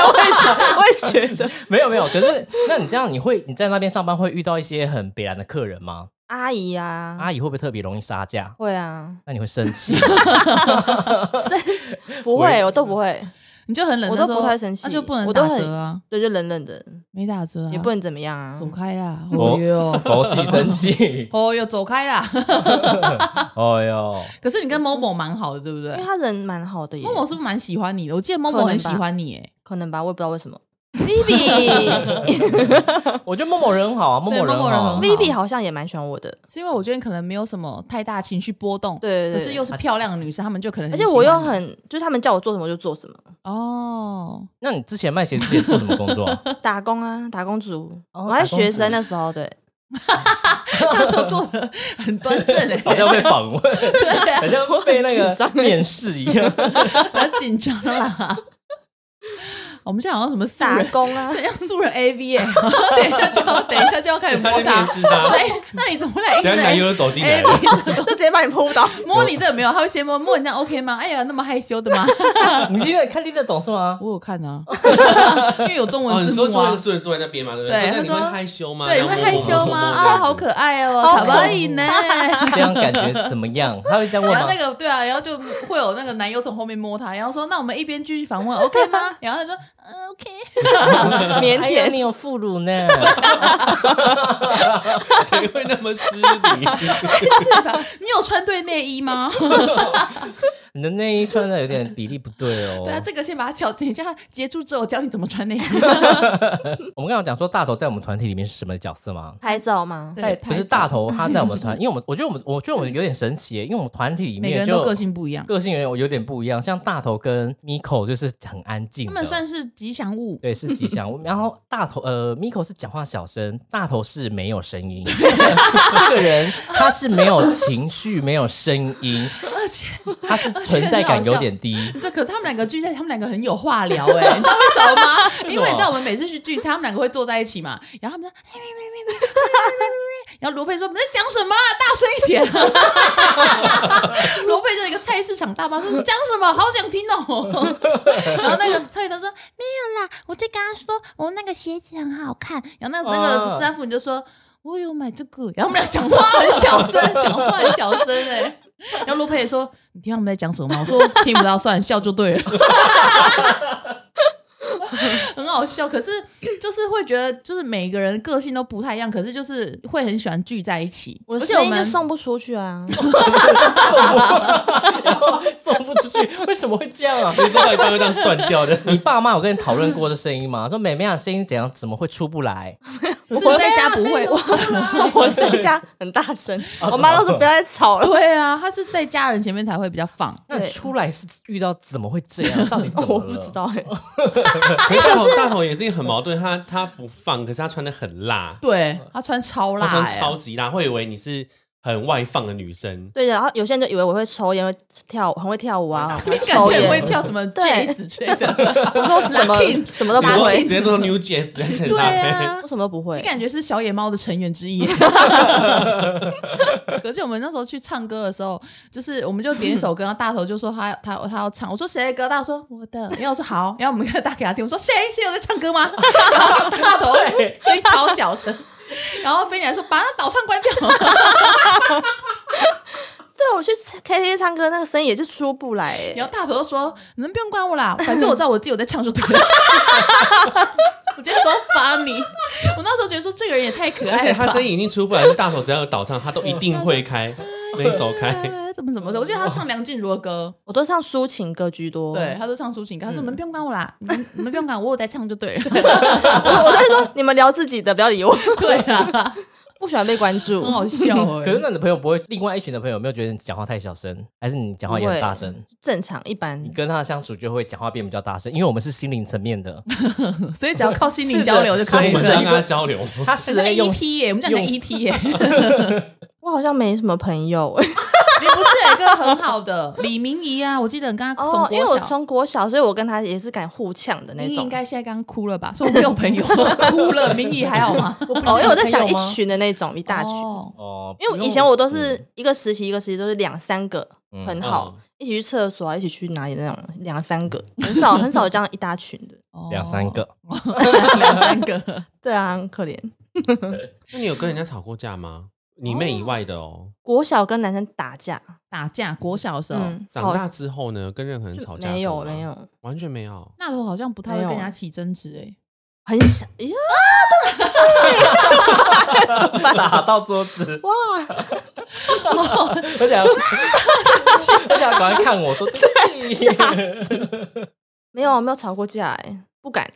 S5: 我也觉得
S3: 没有没有，可是那你这样，你会你在那边上班会遇到一些很北然的客人吗？
S5: 阿姨啊，
S3: 阿姨会不会特别容易杀价？
S5: 会啊，
S3: 那你会生气？
S5: 不会，我都不会，
S2: 你就很冷，
S5: 我都
S2: 那时候
S5: 不太生气
S2: 那就不能
S5: 我都
S2: 打
S5: 很
S2: 折啊，
S5: 对，就冷冷的，
S2: 没打折啊，
S5: 也不能怎么样啊
S2: 走。开啦，
S3: 哦
S2: 哦 哟，？
S3: 佛系生气
S2: 哦哟，走开啦。
S3: 哦哟，
S2: 可是你跟某某蛮好的，对不对
S5: 因为？他人蛮好的耶
S2: 某，哦某是不是蛮喜欢你的？我记得某
S5: 可
S2: 某
S5: 能
S2: 很喜
S5: 吧
S2: 欢你，哎，
S5: 可能吧，我也不知道为什么。Vivi
S3: 我觉得默默人很好啊，默默人
S2: 默默人
S3: 好
S2: 很。
S5: Vivi 好像也蛮喜欢我的，
S2: 是因为我觉得可能没有什么太大情绪波动，
S5: 对对对
S2: 可是又是漂亮的女生，她们就可能
S5: 而
S2: 很喜
S5: 且
S2: 欢你，
S5: 我又很就是他们叫我做什么我就做什么，
S2: 哦，
S3: 那你之前卖鞋子店做什么工作？
S5: 打工啊，打工族，
S3: 哦
S5: 我还
S3: 打工
S5: 学生
S3: 族
S5: 那时候，对，
S2: 她都做的很端正 哎，
S3: 好像被访问，
S2: 啊
S3: 好像被那个面试一样。
S2: 不要紧张啦。 我们现在好像什么素
S5: 打
S2: 人，
S5: 工啊，
S2: 对，要素人 A V 哎、 等一下就要，等一下就要开始摸
S4: 他在
S2: 他
S4: 面。试他
S2: 对，哎那你怎么来？
S4: 等一下男优又走进来
S2: A
S4: 了
S2: V，
S5: 就直接把你扑倒。
S2: 摸你这个没有，他会先摸摸人家 OK 吗？哎呀，那么害羞的吗？
S3: 你听得看听得懂是吗？
S2: 我有看啊，因为有中
S4: 哦，
S2: 文
S4: 你
S2: 字
S4: 说
S2: 幕
S4: 做那
S2: 啊
S4: 个。素人坐在那边嘛，对不
S2: 对
S4: 对？
S2: 他
S4: 那你会
S2: 说
S4: 害羞吗？
S2: 对，
S4: 然
S2: 你
S4: 后
S2: 会
S4: 摸
S2: 害
S4: 摸
S2: 羞吗？
S4: 摸摸这样
S2: 啊，
S4: 子
S2: 好可爱哦，
S5: 好
S2: 卡
S5: 可
S2: 哇伊呢。
S3: 这样感觉怎么样？他会这样问
S2: 然后
S3: 吗
S2: 那？个对啊，然后就会有那个男友从后面摸他，然后说：“那我们一边继续访问，OK 吗？” 然后他说嗯：“OK。
S5: 腼
S3: 哎呀，
S5: 腆，
S3: 你有副乳 呢。
S4: 谁会那么失礼？”
S2: 是吧？ 你有穿对内衣吗？
S3: 你的内衣穿的有点比例不对哦。
S2: 对啊，这个先把它调整一下，结束之后我教你怎么穿内衣。
S3: 我们刚刚讲说大头在我们团体里面是什么角色吗？
S5: 拍照吗？
S2: 对，
S3: 不是大头，他在我 们团，因为我们我觉得我们我觉得我们有点神奇耶，因为我们团体里
S2: 每个人
S3: 面就
S2: 都个性不一样，
S3: 个性有点有点不一样，像大头跟 Miko 就是很安静
S2: 他
S3: 的，
S2: 们算是吉祥物。
S3: 对是吉 祥物。然后大头呃 Miko 是讲话小声，大头是没有声音。 这个人他是没有情绪，没有声音，
S2: 而且
S3: 他是存在感有点低。
S2: 这可是他们两个聚在，他们两个很有话聊哎、 你知道为什么吗？因为你知道我们每次去聚餐，他们两个会坐在一起嘛，然后他们说，哎喂喂喂喂喂喂喂然后罗佩说你在讲什么啊、大声一点。罗佩就是一个菜市场大妈，说你讲什么？好想听 哦。然后那个蔡宇他说没有啦，我在跟他说我那个鞋子很好看。然后那个那
S3: 嗯
S2: 个詹富你就说。我有买这个，然后我们俩讲话很小声， 讲话很小声哎、然后罗佩也说：“你听他们在讲什么吗？”我说：“听不到，算了，笑就对了。” 很好笑，可是就是会觉得，就是每个人个性都不太一样，可是就是会很喜欢聚在一起。
S5: 我
S2: 而
S5: 的
S2: 且我
S5: 声音就
S2: 们
S5: 送不出去啊！
S3: 然后送不出去，为什么会这样啊？
S4: 你说到一半会这样断掉的。
S3: 你爸妈有跟你讨论过这声音吗？说美美啊，声音怎样，怎么会出不来？
S2: 可是在家不会，我
S5: 我在家很大声，
S2: 哦
S5: 我妈都说不要再 吵 了。
S2: 对啊，他是在家人前面才会比较放。
S3: 那你
S5: 对
S3: 出来是遇到怎么会这样？到底 怎么了？
S5: 我不知。道哎，
S4: 可是大头大头也是一个很矛盾，他他不放，可是他穿的很辣，
S2: 对他穿超辣、
S4: 他
S2: 欸，
S4: 穿超级辣，会以为你是很外放的女生。
S5: 对，然后有些人就以为我会抽烟、会跳舞，很会跳 舞啊，
S2: 你感
S5: 抽
S2: 觉很会
S5: 烟。
S2: 跳什么
S5: 对
S2: jazz 之类的，
S5: 我说什么
S2: Lucky
S5: 什么都
S4: 你
S5: 不
S4: 说你
S5: 会
S4: 直，接做 New Jazz 在看
S5: 对
S4: 他
S5: 啊，我什么都不会
S2: 你。感觉是小野猫的成员之一。 可是我们那时候去唱歌的时候，就是我们就点一首歌，然后大头就说他他他要唱，我说谁的歌？大头说我的，然后我说好，然后我们就打给他听，我说谁谁有在唱歌吗？ 然后大头声音超小声，然后飞鸟说把那导唱关掉。
S5: 对，啊我去 KTV 唱歌，那个声音也是出不来哎。
S2: 然后大头就说你们不用管我啦，反正我知道我自己有在唱就对了。 我觉得 so funny，我那时候觉得说这个人也太可爱了
S4: 而
S2: 吧，
S4: 且他声音已经出不来，就大头只要有倒唱，他都一定会开那一首 开。
S2: 哎怎么怎么的，我记得他唱梁静茹的歌。
S5: 我都唱抒情歌居多。
S2: 对，，他都唱抒情歌，他说你们不用管我啦，你们你们不用管我，我有在唱就对了。
S5: 我我都会说你们聊自己的，不要理我，
S2: 对啊，
S5: 不喜欢被关注
S2: 很。好
S5: 欸
S2: 笑哎、
S3: 可是那你的朋友不会，另外一群的朋友有没有觉得你讲话太小声，还是你讲话也很大声？
S5: 正常一般
S3: 你，跟他的相处就会讲话变比较大声，因为我们是心灵层面 的。
S2: 所以只要靠心灵交流就可
S4: 所以
S2: 以
S4: 我
S2: 了
S4: 们。这
S5: 啊
S4: 样跟他交流，
S3: 他
S2: 很
S3: 是
S2: 像
S3: 在用
S2: EP E 耶、我们讲的
S3: 用
S2: EP 耶、
S5: 我好像没什么朋友哎。
S2: 你没不是有一个很好的李明仪啊，我记得你跟他从
S5: 哦，因为
S2: 国
S5: 我
S2: 小。
S5: 从国小，所以我跟他也是敢互呛的那
S2: 你
S5: 种。
S2: 应该现在刚哭了吧？所以我没有朋 友哭了，明仪还好吗？
S5: 哦，因为我在想
S3: 朋
S5: 一
S3: 友吗
S5: 群的那种，一大群。
S2: 哦
S3: 哦，
S5: 因为
S3: 不
S5: 我
S3: 用
S5: 以前我都是一个时期一个时期都是两三个，
S3: 嗯
S5: 很好，一起去厕所啊，一起去哪里那种两三个，很少很少这样一大群的。
S2: 哦
S3: 嗯两三，个，
S2: 两三个。
S5: 对啊，很可怜。
S4: 那你有跟人家吵过架吗？你妹以外的哦。
S5: 国小跟男生打架，
S2: 打架，国小的
S3: 哦
S2: 时候，
S5: 嗯，
S4: 长大
S5: 好
S4: 之后呢，跟任何人
S5: 就
S4: 吵架
S5: 没
S4: 过
S5: 有
S4: 吗
S5: 没，有，
S4: 完全没有。
S2: 那头好像不太会
S5: 没有啊
S2: 跟人家起争执哎。
S5: 很小哎呀，
S3: 打到桌子，
S5: 哦 哇，
S3: 而且还 而且还赶快看我说对不起，
S5: 没有没有吵过架哎，不敢。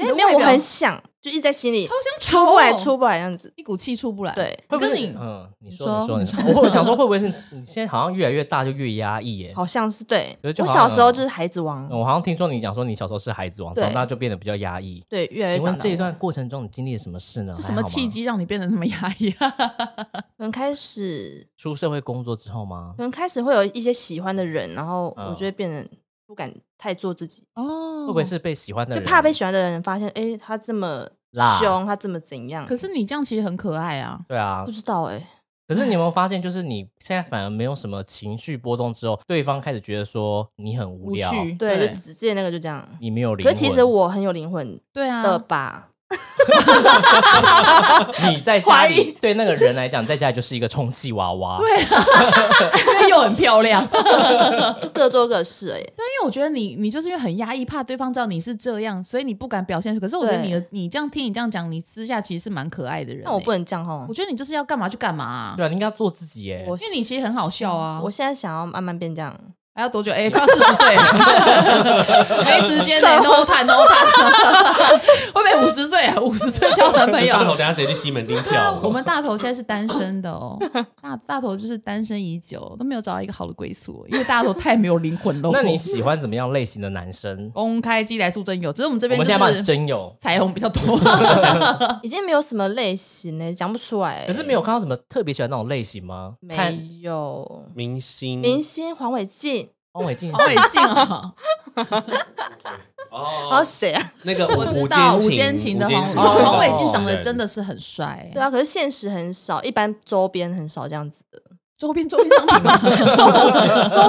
S2: 对
S5: 哎，
S2: 啊，
S5: 没有，我很
S2: 想
S5: 想，就一直在心里
S2: 吵
S5: 出
S2: 哦，
S5: 不来，出不来这样子。
S2: 一股气出不
S3: 哎
S2: 来。
S5: 对，
S3: 会不
S2: 跟
S3: 会
S2: 你
S3: 嗯，你
S2: 说
S3: 说你说
S2: 你说
S3: 你说，我会想说会不会是你现在好像越来越大就越压抑耶？
S5: 好像是对。
S3: 可是就
S5: 我
S3: 好像
S5: 小时候就是孩子王
S3: 嗯，我好像听说你讲说你小时候是孩子王，
S5: 对
S3: 长大就变得比较压抑。
S5: 对，越来越
S3: 请
S5: 长
S3: 问
S5: 大
S3: 这一段过程中你经历了什么事呢？
S2: 是什
S3: 还
S2: 么
S3: 好吗
S2: 契？机让你变得那么压抑啊？
S5: 可能开始
S3: 出社会工作之后吗
S5: 可？能开始会有一些喜欢的人，然后
S3: 嗯
S5: 我就会变成不敢太做自己，
S2: 哦，
S3: 会不会？是被喜欢的
S5: 就
S3: 人？
S5: 怕被喜欢的人发现，哎、他这么
S3: 辣
S5: 凶，他这么怎样
S2: 可？是你这样其实很可爱啊。
S3: 对啊
S5: 不，知道哎、
S3: 可是你有没有发现，就是你现在反而没有什么情绪波动之后，对方开始觉得说你很无聊，
S2: 趣
S5: 对，
S2: 对
S5: 就之前那个就这样。
S3: 你没有灵
S5: 可
S3: 魂。
S5: 是其实我很有灵魂
S2: 对啊，
S5: 的吧？
S3: 你在家
S5: 怀疑
S3: 里对那个人来讲，在家里就是一个充气娃娃。
S2: 对啊，因为 又很漂亮。
S5: 就各做各事哎、
S2: 但因为我觉得你，你就是因为很压抑，怕对方知道你是这样，所以你不敢表现出。可是我觉得你的，你这样听你这样讲，你私下其实是蛮可爱的人、欸
S5: 那我不，能这样哦
S2: 我。觉得你就是要干嘛就干嘛、啊。
S3: 对啊，你应该要做自己耶。
S5: 我
S2: 因为你其实很好笑啊
S5: 我现在想要慢慢变这样，
S2: 还要多久？哎、快要四十岁 了，没时间呢、no time no time，会 不会五十岁啊？五十岁交男朋
S4: 那大头
S2: 友？
S4: 等下直接去西门町跳舞。
S2: 我们大头现在是单身的哦，大大头就是单身已久，都没有找到一个好的归宿，哦因为大头太没有灵魂了。哦
S3: 那你喜欢怎么样类型的男生？
S2: 公开寄来素真有，只是 我们这
S3: 我
S2: 边
S3: 们
S2: 就
S3: 现在帮你
S2: 是
S3: 征友，
S2: 彩虹比较多。嗯
S5: 已经没有什么类型哎、讲不出来、欸。
S3: 可是没有看到什么特别喜欢那种类型吗？看
S5: 没有
S4: 明
S2: 嗯
S4: 星
S5: 明星黄伟晋，
S3: 汪伟静，
S2: 好 伟静啊！
S5: 还有
S4: 哦，
S5: 谁啊？
S4: 那个
S2: 我知道
S4: 吴
S2: 吴
S4: 坚
S2: 坚
S4: 情
S2: 情的黄
S3: 哦
S2: 黄伟
S3: 晋
S2: 晋长得真
S4: 的
S2: 的是很帅
S5: 对，啊，可是现实很少，一般周边很少这样子的。
S2: 周边周边商品 嘛，
S5: 周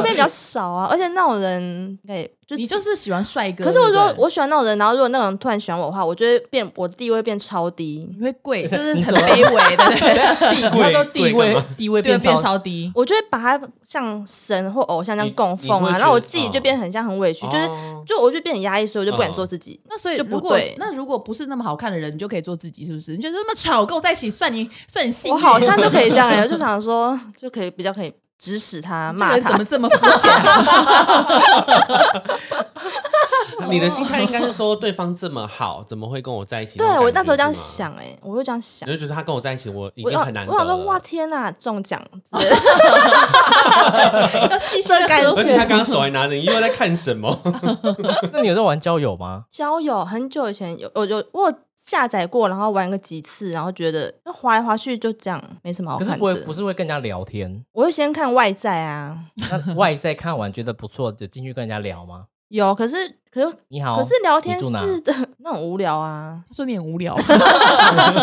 S5: 边比较少啊，而且那种人应该也就
S2: 你就是喜欢帅哥。
S5: 可是我说
S2: 对不对
S5: 我喜欢那种人，然后如果那种人突然喜欢我的话，我就会变我地位变超低，
S2: 你会 贵，就是很卑微的，对
S3: 地位
S4: 贵
S3: 地
S4: 贵
S2: 对，
S3: 位地位
S4: 干嘛
S3: 变
S2: 变
S3: 超，
S2: 超低。
S5: 我就会把他像神或偶像这
S4: 你
S5: 样供奉
S4: 你会觉
S5: 啊，
S4: 得
S5: 然后我自己就变得很像很委屈，就是
S4: 哦
S5: 就我就变得很压抑，所以我就不敢
S4: 嗯
S5: 做自己。
S2: 那所以
S5: 就不
S2: 如果
S5: 对
S2: 那如果不是那么好看的人，你就可以做自己，是不是？你觉得那么丑跟我在一起，算你算你幸运。
S5: 我好像就可以这样欸，我就想说就可以比较可以指使他
S2: 这个
S5: 啊骂
S2: 人怎
S5: 他
S2: 么，这么肤浅啊？
S4: 你的心态应该是说对方这么好，怎么会跟我在一起？
S5: 对
S4: 那种
S5: 我
S4: 感觉
S5: 那时候这样
S4: 是吗，
S5: 想哎，我会这样想
S4: 你。就觉得他跟我在一起，我已
S5: 我
S4: 经
S5: 想，
S4: 很难得
S5: 我想说，
S4: 了
S5: 哇，天呐，中奖！之类的
S2: 要细心的呵护
S4: 而且他刚刚手还拿着，你又在看什么？
S3: 那你有在玩交友吗？
S5: 交友很久以前有有有我有下载过，然后玩个几次，然后觉得滑来滑去就这样，没什么好
S3: 可
S5: 看
S3: 是
S5: 的。
S3: 不会不是会跟人家聊 天，
S5: 我会先看外在啊，
S3: 那外在看完觉得不错的进去跟人家聊吗？
S5: 有可是可是
S3: 你好，
S5: 可是聊天
S3: 你住哪？
S5: 是的 那种无聊啊，
S2: 他说你很无聊，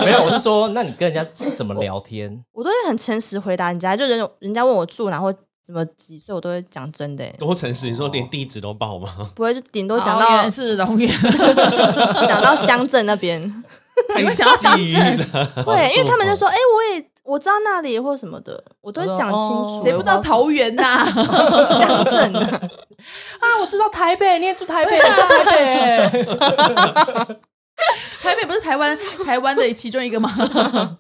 S3: 没有，我是说，那你跟人家是怎么聊 天？
S5: 我都会很诚实回答人家，就人人家问我住哪或怎么几岁，我都会讲真 的、欸
S4: 多诚实，你说连地址都报 吗？
S5: 不会就顶多
S2: 我
S5: 讲到
S2: 哦是龙源，
S5: 讲到乡镇 那边，
S4: 太
S2: 们想要上
S4: 细
S2: 阵
S4: 了，
S5: 对，因为他们就说，哎、我也我知道那里或什么的，我都会讲清楚
S3: 哦。
S2: 谁不知道桃园呐？
S5: 乡镇 啊？
S3: 啊，我知道台北，你也住台北，我住台北。
S2: 台北不是台湾台湾的其中一个吗？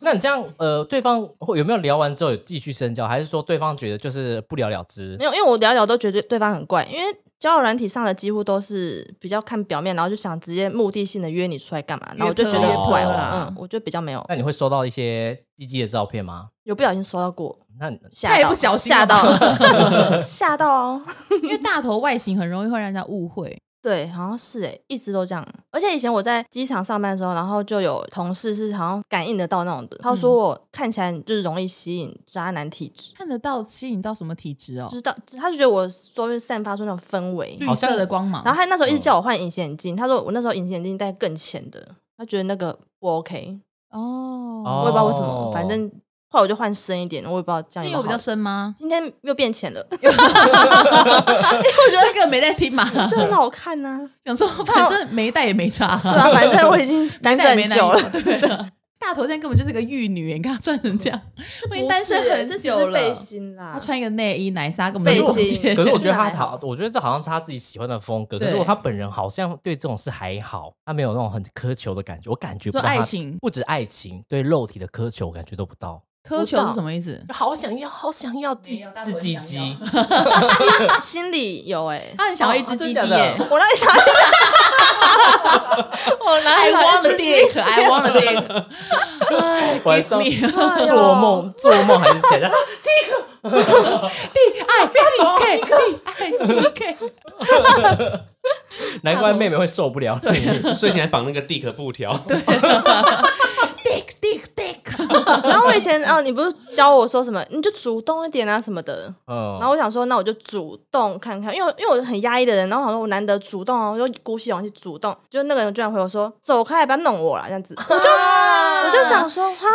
S3: 那你这样，呃，对方会有没有聊完之后有继续深交，还是说对方觉得就是不了了之
S5: 没？有，因为我聊一聊都觉得对方很怪，因为交友软体上的几乎都是比较看表面，然后就想直接目的性的约你出来干嘛，然后我就觉得
S2: 约
S5: 很
S2: 炮
S5: 怪了。
S2: 啦
S5: 嗯，我就比较没有，
S3: 那你会收到一些鸡鸡的照片吗？
S5: 有不小心收到过，
S3: 那你
S5: 吓到
S2: 太不小心
S5: 吓
S2: 了吧
S5: 到，吓到哦。
S2: 因为大头外形很容易会让人家误会。
S5: 对，好像是哎、一直都这样。而且以前我在机场上班的时候，然后就有同事是好像感应得到那种的，他说
S2: 嗯
S5: 我看起来就是容易吸引渣男体质，
S2: 看得到吸引到什么体质哦嗯
S5: 就？是到他就觉得我周边散发出那种氛围。
S2: 绿
S3: 好像
S2: 色的光芒，
S5: 然后他那时候一直叫我换隐形眼镜，他说我那时候隐形眼镜戴更浅的，他觉得那个不 OK，我
S2: 哦，
S5: 也不知道为什么，
S3: 哦
S5: 反正后来我就换深一点，我也不知道这样
S2: 镜
S5: 有
S2: 有
S5: 没
S2: 比
S5: 有
S2: 较
S5: 好。
S2: 深吗？
S5: 今天又变 浅了，
S2: 我觉得这个没在听嘛，
S5: 就很好看 呐、
S2: 想说反正没戴也没差，
S5: 对 啊，反正我已 经单身
S2: 戴也
S5: 很
S2: 没
S5: 久 了，
S2: 男友对啊。大头现在根本就是个玉女，欸你看她穿成这 样，我已经单身
S5: 不
S2: 很
S5: 是欸
S2: 久了
S5: 这只是。背心啦
S2: 她，穿一个内衣，奶纱根本
S5: 背
S2: 不
S5: 心
S2: 见
S3: 可是我觉得
S5: 还
S3: 他
S5: 好
S3: 好，我觉得这好像是他自己喜欢的风格。可
S2: 对
S3: 是我他本人好像对这种事还好，他没有那种很苛求的感觉。我感觉不
S2: 说
S3: 到他
S2: 爱情
S3: 不止爱情，对肉体的苛求，我感觉都不到。
S2: 苛求是什么意思？
S3: 好想要，好想要自
S2: 没有但
S3: 自
S2: 我
S3: 己
S2: 想要
S3: 鸡，
S5: 啊心里有哎、
S2: 她很想要一只
S3: 哦
S2: 鸡
S3: 真
S2: 鸡
S3: 的假的
S2: 耶
S5: 我哪里想到？ 我哪
S2: ！I
S5: 里
S2: want
S5: 想
S2: the
S5: 到
S2: dick, I want the dick. 哎
S3: 晚 上
S2: ，Give me
S5: 哎呦
S3: 做梦做梦还是起来？
S2: D I C K 哎 D I C K。
S3: 难怪 妹妹会受不了 你。
S4: 睡前还绑那个地壳布条，
S2: dick dick dick，
S5: 然后我以前哦，你不是教我说什么，你就主动一点啊什么的。
S3: 嗯，
S5: 然后我想说，那我就主动看看，因为因为我很压抑的人，然后我想说我难得主动哦，我就鼓起勇气主动，就那个人居然回我说走开，不要弄我了这 样子，我啊就我就想说哈，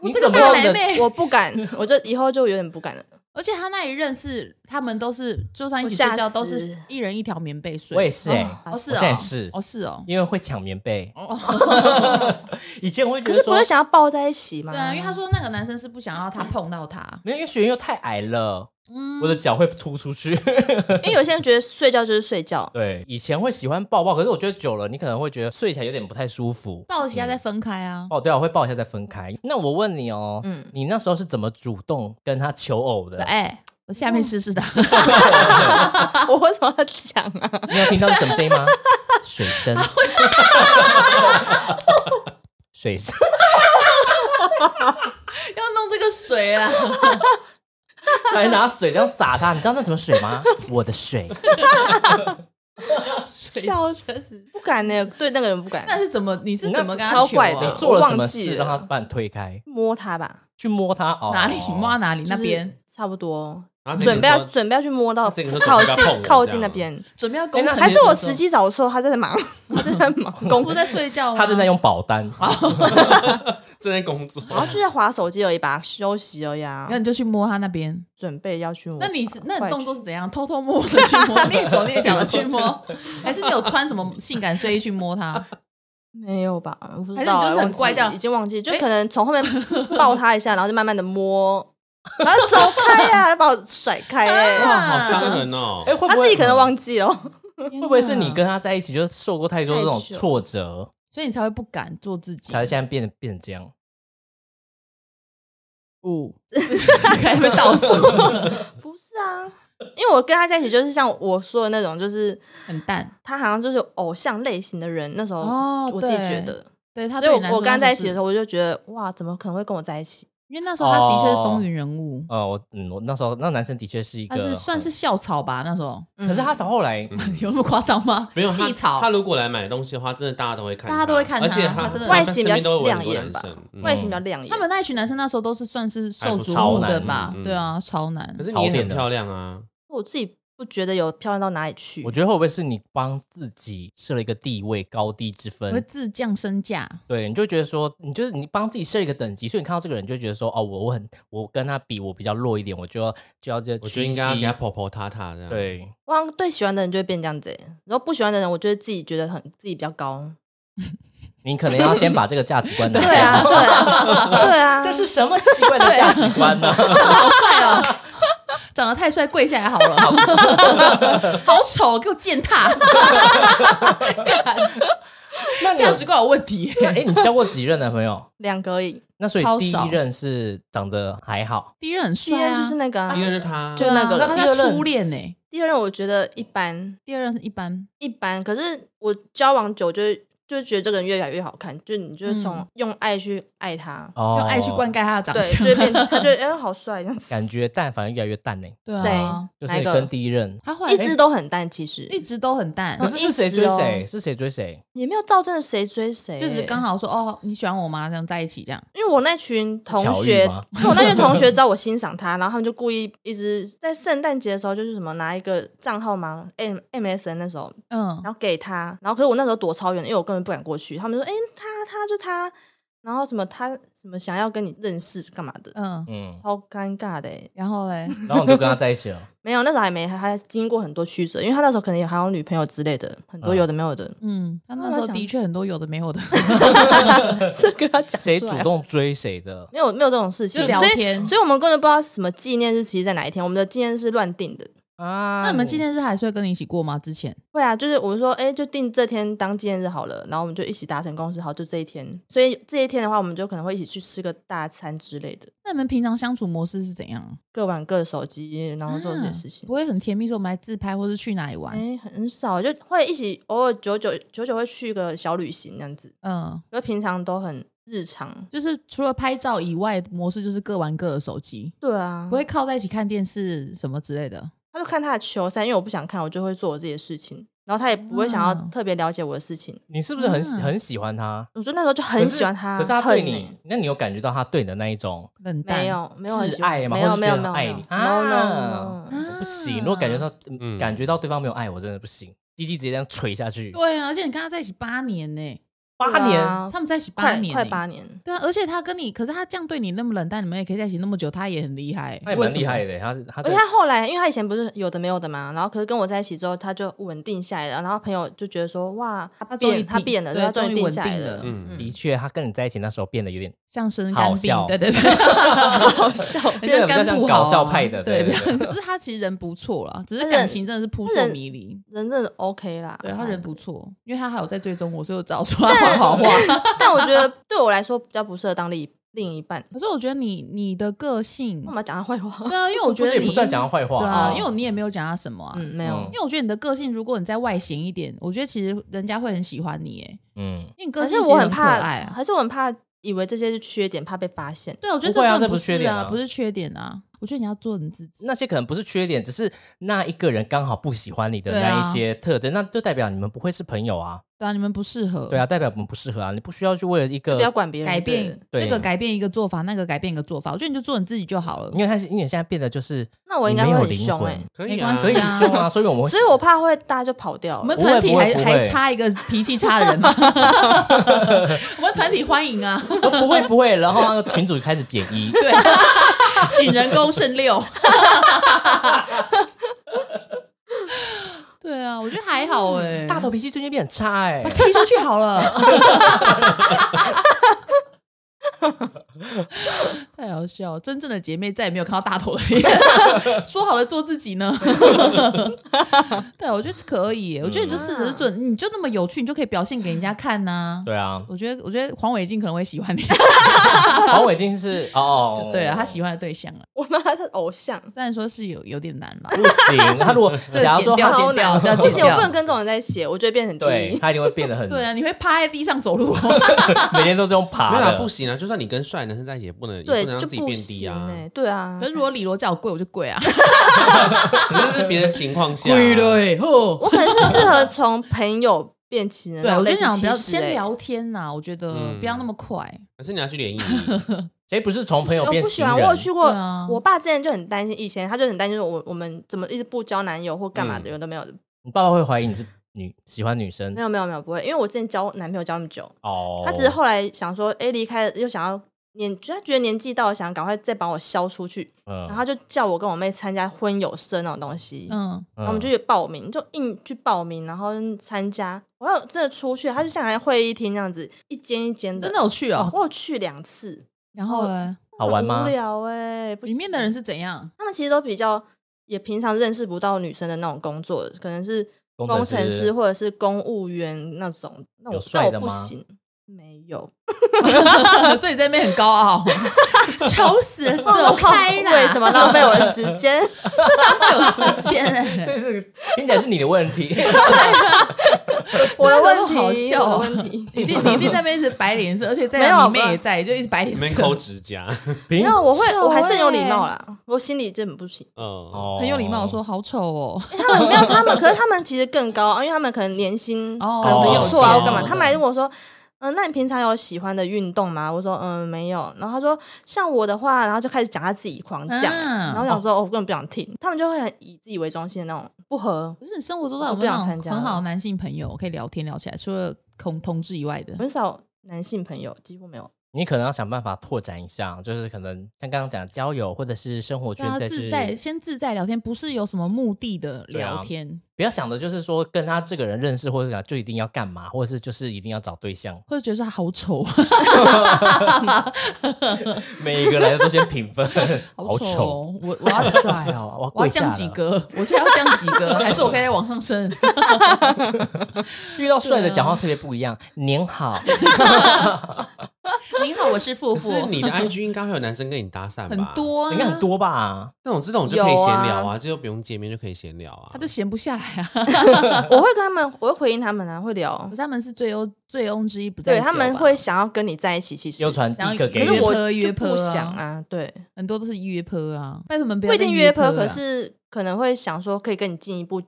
S3: 你
S2: 这个
S3: 怎么
S2: 大奶
S3: 那么
S2: 妹，
S5: 我不敢，我就以后就有点 不敢了。
S2: 而且他那一任是他们都是就算一起
S5: 我吓
S2: 睡觉
S5: 死
S2: 都是一人一条棉被睡。
S3: 我也是哎，
S2: 哦是
S3: 我现
S2: 哦
S3: 在是
S2: 哦是哦，
S3: 因为会抢棉被。 以前我会觉
S5: 可
S3: 得
S5: 是不
S3: 说
S5: 是，想要抱在一起吗？
S2: 对啊，因为 他说那个男生是不想要他碰到他，
S3: 没有，因为学员又太矮了，
S2: 嗯
S3: 我的脚会突出去。
S5: 因为有些人觉得睡觉就是睡觉，
S3: 对，以前会喜欢抱抱，可是我觉得久了，你可能会觉得睡起来有点不太舒服。
S2: 抱一下再分开啊。
S3: 哦，对啊，我会抱一下再分开。那我问你哦，
S2: 嗯
S3: 你那时候是怎么主动跟他求偶的？
S2: 哎，我下面试试 的，
S5: 我为什么要讲 啊？
S3: 你有听到是什么声音吗？水声。水声，
S2: 要弄这个水啊，
S3: 还拿水这样洒他，你知道那什么水吗？我的水。
S5: 笑死，不敢呢、对那个人不敢。
S2: 那是怎么？你是
S3: 你那
S2: 怎么跟他
S5: 超
S2: 求
S5: 怪
S2: 啊
S5: 的
S3: 你做了什么
S5: 我忘
S3: 事
S5: 记
S3: 让
S5: 了
S3: 他把你推开？
S5: 摸他吧，
S3: 去摸他哦，
S2: 哪里摸到哪里那边，
S5: 就是差不多，
S4: 然啊后那个
S5: 准备要
S4: 人说啊
S5: 准备要去摸到
S4: 这个时候
S5: 靠
S4: 准备要碰
S5: 近
S4: 我
S5: 靠
S4: 这
S5: 近那
S4: 样
S5: 边，
S2: 准备要工程
S3: 哎
S2: 师
S3: 那
S5: 还
S2: 的
S3: 其
S5: 是
S2: 时候，
S5: 我时机早的时候，他在忙，他 正在忙工
S2: 不
S5: 作，
S2: 在 睡觉啊吗？
S3: 他正在用保单，
S4: 正在工作，
S5: 然后就在划手机而已吧，休息而已啊
S2: 然后，你就去摸他那边。
S5: 准备要去 摸。
S2: 那你是那
S5: 快
S2: 你
S5: 去
S2: 动作是怎样？偷偷摸着去摸，蹑手蹑 脚的去摸，还是你有穿什么性感睡衣去摸他？
S5: 没有吧？我不
S2: 还
S5: 知
S2: 是你
S5: 道，
S2: 就是
S5: 忘
S2: 很乖
S5: 记
S2: 这样
S5: 已经忘记，就
S2: 哎
S5: 可能 从后面抱他一下，然后就慢慢的摸，然后走开呀，把我甩 开
S2: 啊
S5: 哎，
S4: 好伤人哦
S3: 哎，。会
S5: 他
S3: 不
S5: 自
S3: 会
S5: 己可
S2: 嗯
S5: 能忘记哦。
S2: 会
S3: 会不会是你跟他在一起就是受过太多这种挫折，
S2: 所以你才会不敢做自己？
S3: 才会现在变得变成这样？
S2: 五， 开始被倒数，
S5: 不是啊，因为我跟他在一起，就是像我说的那种，就是
S2: 很淡。
S5: 他好像就是偶像类型的人。那时候
S2: 哦
S5: 我自己
S2: 对
S5: 觉得，
S2: 对他
S5: 所以
S2: 对
S5: 我
S2: 你来说，
S5: 我跟他在一起的时
S2: 候，
S5: 候，我就觉得哇，怎么可能会跟我在一起？
S2: 因为那时候他的确是
S4: 哦
S2: 风云人物，
S3: 呃，我嗯，我那时候那男生的确是一个
S2: 他
S3: 很，
S2: 是算
S4: 嗯
S2: 是校草吧？那时候
S5: 嗯
S3: 可是他到后来，
S2: 有那么夸张吗？
S4: 没有他
S2: 细，草
S4: 他，如果来买东西的话，真的大家都会看，
S2: 大家都会看他
S4: 而且
S2: 他
S4: 他
S2: 真的
S5: 外形比较
S4: 身边都有
S5: 亮
S4: 很多
S5: 眼
S4: 男
S5: 吧
S4: 生，嗯
S5: 外形比较亮眼。
S2: 他们那一群男生那时候都是算是受瞩目
S3: 超
S2: 的
S3: 男
S2: 吧？
S4: 嗯嗯
S2: 对啊，超男
S4: 可。是
S3: 槽
S4: 你也
S3: 点
S4: 很
S3: 的
S4: 漂亮啊，
S5: 我自己不觉得有漂亮到哪里去
S3: 我。觉得会不会是你帮自己设了一个地位高低之
S2: 会
S3: 分？
S2: 自降身价，
S3: 对，你就觉得说，你就是你帮自己设一个等级，所以你看到这个人就觉得说，哦，我我很我跟他比，我比较弱一点，我就要就要这
S4: 我觉得应该要给他婆婆踏踏这样。，
S3: 对，
S5: 我好像对喜欢的人就会变这样子、欸，然后不喜欢的人，我就会自己觉得很自己比较 高。
S3: 你可能要先把这个价值观拿
S5: 对啊，对啊，对啊，
S3: 这是什么奇怪的价值观呢？
S2: 好帅哦！长得太帅，跪下来好 了。好丑，给我践踏！
S3: 那你有
S2: 价值观有问题。
S3: 哎，你交过几任男朋友？
S5: 两个而
S2: 啊
S5: 已。
S3: 那所以
S2: 超
S3: 第
S2: 少
S3: 一任是长得还好，
S2: 第一任很
S5: 第二
S2: 帅
S5: 任
S2: 啊，
S5: 就是那个、啊
S4: 第，二是他，
S5: 就那个
S2: 对啊
S5: 了
S2: 他
S3: 第二
S2: 在
S3: 任
S2: 初恋呢。
S5: 第二任我觉得一般
S2: 第二任是一般，
S5: 一般，可是我交往久就会就觉得这个人越来越好看，就你就是从
S2: 嗯
S5: 用爱去爱他，
S3: 哦
S2: 用爱去灌溉他的长
S5: 对，就
S2: 相。
S5: 会 变，他觉得哎好帅这样子，
S3: 感觉但凡越来越淡呢、
S2: 对
S5: 谁
S2: 啊，
S3: 就
S5: 哪
S3: 是
S5: 一个
S3: 跟第一任。
S2: 他后来
S5: 一
S4: 哎
S5: 直都很淡，其实
S2: 一直都很淡
S3: 可，是是谁
S5: 一直
S3: 追
S5: 哦
S3: 谁？是谁追谁？
S5: 也没有到真的谁追谁，欸
S2: 就只是刚。好说哦，你喜欢我吗？这样在一起这样。
S5: 因为我那群同
S3: 巧遇
S5: 学，
S3: 吗
S5: 因为我那群同学知道 我欣赏他，然后他们就故意一直在圣诞节的时候，就是什么拿一个账号嘛，M M S N 那时候，
S2: 嗯，
S5: 然后给他，然后可是我那时候躲超远，因为我根本不敢过去。他们说：“哎、他他就他，然后什么他什么想要跟你认识干嘛的，
S2: 嗯，
S3: 嗯，
S5: 超尴尬的、欸。
S2: 然后嘞，
S3: 然后你就跟他在一起了。
S5: 没有，那时候还没，还还经过很多曲折，因为他那时候可能也还有女朋友之类的，很多
S3: 嗯
S5: 有的没有的。
S2: 嗯，他那
S5: 我
S2: 时候
S5: 想
S2: 的确很多有的没 有的，
S5: 这个要讲
S3: 谁
S5: 出
S3: 主
S5: 来
S3: 动追谁的？
S5: 没有没有这种事情，
S2: 就聊
S5: 所以
S2: 天
S5: 所以我们根本不知道什么纪念日期在哪一天，我们的纪念日是乱定的。
S3: 啊
S2: 那你们纪念日还是会跟你一起过吗？之前
S5: 会啊，就是我们说，哎、就定这天当纪念日好了，然后我们就一起达成共识，好，就这一天。所以这一天的话，我们就可能会一起去吃个大餐之类的。
S2: 那你们平常相处模式是怎样？
S5: 各玩各的手机，然后做这些事
S2: 啊
S5: 情
S2: 不。会很甜蜜，说我们来自拍或是去哪里玩？
S5: 哎、很少，就会一起偶尔久久久久会去个小旅行那样子，
S2: 嗯，
S5: 因为平常都很日常。
S2: 就是除了拍照以外，模式就是各玩各的手机，
S5: 对啊
S2: 不，会靠在一起看电视什么之类的。
S5: 他就看他的球赛，因为我不想看，我就会做我自己的事情，然后他也不会想要
S2: 啊
S5: 特别了解我的事情。
S3: 你是不是很喜
S2: 啊
S3: 很喜欢他？
S5: 我就那时候就
S3: 可
S5: 很
S3: 是
S5: 喜欢他，
S3: 可是他对
S5: 恨欸
S3: 你，那你有感觉到他对你的那一种？
S2: 冷淡
S5: 没有没有很喜
S3: 挚
S5: 欢
S3: 爱吗？
S5: 没有
S3: 或是
S5: 没
S3: 觉得
S5: 有没
S3: 很
S5: 有
S3: 爱你
S5: no
S3: 啊
S5: no no，
S2: 啊
S3: 我不行，如果感觉到
S4: 嗯
S3: 感觉到对方没有爱我，真的不行，鸡鸡直接这样垂下去。
S2: 对啊，而且你跟他在一起八年呢、
S3: 八
S5: 对
S3: 年，
S5: 啊
S2: 他们在一起八
S5: 快
S2: 年、
S5: 快。八年，
S2: 对啊，而且他跟你，可是他这样对你那么冷淡，你们也可以在一起那么久，他也很厉害、
S3: 他也
S2: 为
S3: 蛮
S2: 什么
S3: 厉害。的，他他
S5: 而且他后来，因为他以前不是有的没有的嘛，然后可是跟我在一起之后，他就稳定下来了。然后朋友就觉得说，哇，他
S2: 他终于
S5: 变，他
S2: 定
S5: 变了，
S2: 对
S5: 他终
S2: 终
S5: 于
S2: 于
S5: 定
S2: 稳
S5: 下来
S2: 定
S5: 了
S2: 了。
S4: 嗯
S3: 的确，他跟你在一起那时候变得有点
S2: 像生
S3: 好
S2: 肝病
S3: 笑，
S2: 对对 对，
S5: 好笑，
S2: 人家肝不好啊
S3: 比较像搞笑派的对
S2: 对，
S3: 对对
S2: 可是他其实人不错啦，只是感情真的是扑朔迷离。
S5: 人真的 OK 啦。
S2: 对他人不错，因为他还有在追踪我，所以我找出他好话。
S5: 但我觉得对我来说比较不适合当另一另一半。
S2: 可是我觉得你你的个性
S5: 干，嘛讲他坏话
S2: 对？啊，因为我觉
S3: 这
S2: 得
S3: 也
S2: 你
S3: 不算讲他坏话
S2: 对啊，
S3: 哦
S2: 因为你也没有讲他什么啊。
S5: 嗯，没有
S3: 嗯。
S2: 因为我觉得你的个性，如果你再外显一点，我觉得其实人家会很喜欢你，哎，
S3: 嗯，
S2: 因为你个
S5: 可
S2: 性
S5: 是我
S2: 其实很可
S5: 怕
S2: 爱，啊。
S5: 还是我很怕以为这些是缺点，怕被发现。
S2: 对，我觉得
S3: 不会啊
S2: 根
S3: 这
S2: 本
S3: 不
S2: 不
S3: 是缺
S2: 是
S3: 点
S2: 啊，
S3: 啊
S2: 不是缺点啊。我觉得你要做你自己。
S3: 那些可能不是缺点，只是那一个人刚好不喜欢你的
S5: 啊
S3: 那一些特征，那就代表你们不会是朋友啊。
S2: 对啊，你们不适合。
S3: 对啊，，代表我们不适合啊，你不需要去为了一
S5: 不要
S3: 个。
S5: 管别人，
S2: 改变
S3: 对啊
S2: 这个改变一个做法，那个改变一个做法，我觉得你就做你自己就好了
S3: 因。为他是，因为你现在变得就是，
S5: 那我应该
S3: 你
S5: 会
S3: 没有
S5: 很
S3: 灵
S5: 凶
S3: 魂
S5: 哎，
S4: 可
S2: 没
S4: 以啊
S2: 关，
S3: 可以
S2: 系啊
S3: 凶 啊，所以我们会
S5: 所以我怕会大家就跑掉
S2: 我
S5: 了
S2: 们。团体
S3: 不
S2: 还
S3: 会不会
S2: 还差一个脾气差的人吗？ 我们团体欢迎啊，
S3: 哦不会不会，然后那个群主开始减一，
S2: 对，请人工剩六。 对啊，我觉得还好哎、
S3: 大头脾气最近变很差哎、
S2: 把踢出去好了， 太好笑了！真正的姐妹再也没有看到大头的 脸，说好了做自己 呢？对，我觉得是可以耶，我觉得你就试着准，你就那么有趣，你就可以表现给人家看呐、
S3: 对啊，
S2: 我觉得，我觉得黄伟晋可能会喜欢你，
S5: 啊
S3: 黄伟经是哦，
S2: 就对啊，他喜欢的对象啊，
S5: 我那他是偶像，
S2: 虽然说是有有点难了，
S3: 不行，他如果
S2: 就
S3: 假如说
S2: 剪掉
S3: 他
S5: 超
S2: 剪掉
S5: 难
S2: 就要
S5: 不
S2: 剪
S5: 行，我不
S2: 掉。
S5: 能跟这种人在一起，我就会变成第
S3: 对
S5: 一。
S3: 他一定会变得很，
S2: 对啊，你会趴在地上走路，哦
S3: 每天都是用爬
S4: 没有啦，
S3: 的，
S4: 不行啊！就算你跟帅男生在一起，也不能也
S5: 对，
S4: 不能让
S5: 就
S4: 自己
S5: 不
S4: 变低
S5: 行
S4: 啊。
S2: 欸
S5: 哎，对啊
S2: 可。是如果李罗叫我跪，我就跪啊，
S4: 可是这是别的情况下，啊
S2: 欸，吼
S5: 我可能是适合从朋友变情人。
S2: 对，啊
S5: 然后
S2: 我就
S5: 类似
S2: 想不要
S5: 七十
S2: 先
S5: 欸，
S2: 聊天呐，我觉得
S4: 嗯
S2: 不要那么快。
S4: 可是你要去联谊，
S3: 谁不是从朋友
S5: 我
S3: 变
S5: 哦不喜
S3: 情
S5: 欢，
S3: 人？
S5: 我有去过
S2: 对啊，
S5: 我爸之前就很担心，以前他就很担心我我们怎么一直不交男友或干嘛的，
S4: 嗯
S5: 有的没有的。
S3: 你爸爸会怀疑你是女喜欢女生
S5: 没有没有没有，不会，因为我之前交男朋友交那么久，
S3: 哦，
S5: 他只是后来想说，哎，离开了又想要。年，他觉得年纪到了，想赶快再把我消出去，
S3: 嗯，
S5: 然后他就叫我跟我妹参加婚友社那种东西，
S2: 嗯，
S3: 然
S5: 然后我们就去报名，就硬去报名，然后参加。我有真的出去，他就像来会议厅那样子，一间一间的。
S2: 真的有趣哦。
S5: 我有去两次，
S2: 然后呢，
S3: 好玩
S5: 很
S3: 吗
S5: 无？聊哎、不
S2: 里面
S5: 行
S2: 的人是怎样？
S5: 他们其实都比较也平常认识不到女生的那种工作，可能是
S3: 工
S5: 工
S3: 程
S5: 程
S3: 师
S5: 师或者是公务员那种。那
S3: 有
S5: 我
S3: 帅
S5: 那
S3: 的
S5: 我不
S3: 吗
S5: 行，没有，
S2: 所以你在那边很高傲， 哦丑死了， 走开啦！
S5: 为 什么浪费我的时间？
S2: 浪费我时间？
S3: 这是听起来是你的问题，
S5: 我的
S2: 真的
S5: 问
S2: 很
S5: 题，
S2: 好笑
S5: 我的
S2: 啊
S5: 问题。
S2: 你一定你一定在那边一直摆脸色，而且在
S5: 没有好
S2: 你
S5: 吧
S2: 妹也在，就一直摆脸
S4: 你们抠
S2: 色，
S4: 指甲，
S3: 没
S5: 没有，我会，我还是很有礼
S2: 欸
S5: 貌啦。我心里真的不行。
S4: 嗯，
S3: 哦
S2: 很有礼貌，说好丑 哦，
S5: 他们没有，他们可是他们其实更高，因为他们可能年薪
S2: 哦
S5: 可能很有错啊，
S3: 哦
S5: 或干嘛？
S3: 哦
S5: 他们还问我说。嗯，那你平常有喜欢的运动吗？我说嗯没有，然后他说像我的话，然后就开始讲他自己狂讲，
S2: 嗯
S5: 然后想说、哦我根本不想听，他们就会很以自己为中心的那种不合，
S2: 可是你生活中有
S5: 我
S2: 没
S5: 不
S2: 有
S5: 想
S2: 那
S5: 参
S2: 种
S5: 加
S2: 很好
S5: 了
S2: 的男性朋友可以聊天聊起来？除了同同志以外的，
S5: 很少男性朋友几乎没 有。
S3: 你可能要想办法拓展一下，就是可能像刚刚讲的交友或者是生活
S2: 对
S3: 圈
S2: 啊，
S3: 再
S2: 自
S3: 去
S2: 在先自在聊天，不是有什么目的的聊天，。
S3: 不要想的就是说跟他这个人认识，或者讲啊就一定要干嘛，或者是就是一定要找对象
S2: 或者觉得他好丑，哦
S3: 每一个来的都先评分，
S2: 好
S3: 好
S2: 丑
S3: 丑，哎
S2: 哦，我我 要帅哦，
S3: 我要
S2: 我要
S3: 跪下
S2: 降
S3: 了
S2: 几？格，我现在要降几格，还是我可以再往上升？
S3: 遇到帅的
S2: 对啊
S3: 讲话特别不一样。您好，
S2: 您好，我是富
S4: 可
S2: 富，
S4: 是你的 IG 应该会有男生跟你搭讪吧？
S2: 很多啊，
S3: 应该很多吧？
S4: 那种这种就可以
S5: 有
S4: 闲
S5: 啊
S4: 聊啊，这就不用见面就可以闲聊啊。
S2: 他就闲不下来啊。
S5: 我会跟他们，我会回应他们啊，会聊
S2: 可，是 他们是醉翁醉翁之意不在
S5: 对
S2: 酒吧
S5: 他们会想要跟你在一起，其实
S3: 又传第
S2: 然后
S3: 一个给
S5: 可
S2: 约
S3: 你，
S5: 是我
S2: 炮约
S5: 就
S2: 炮
S5: 不
S2: 啊
S5: 想啊，对，
S2: 很多都是约炮啊，拜托你们不
S5: 不
S2: 要
S5: 一
S2: 再
S5: 定约
S2: 炮啊，
S5: 炮，可是可能会想说可以跟你进一步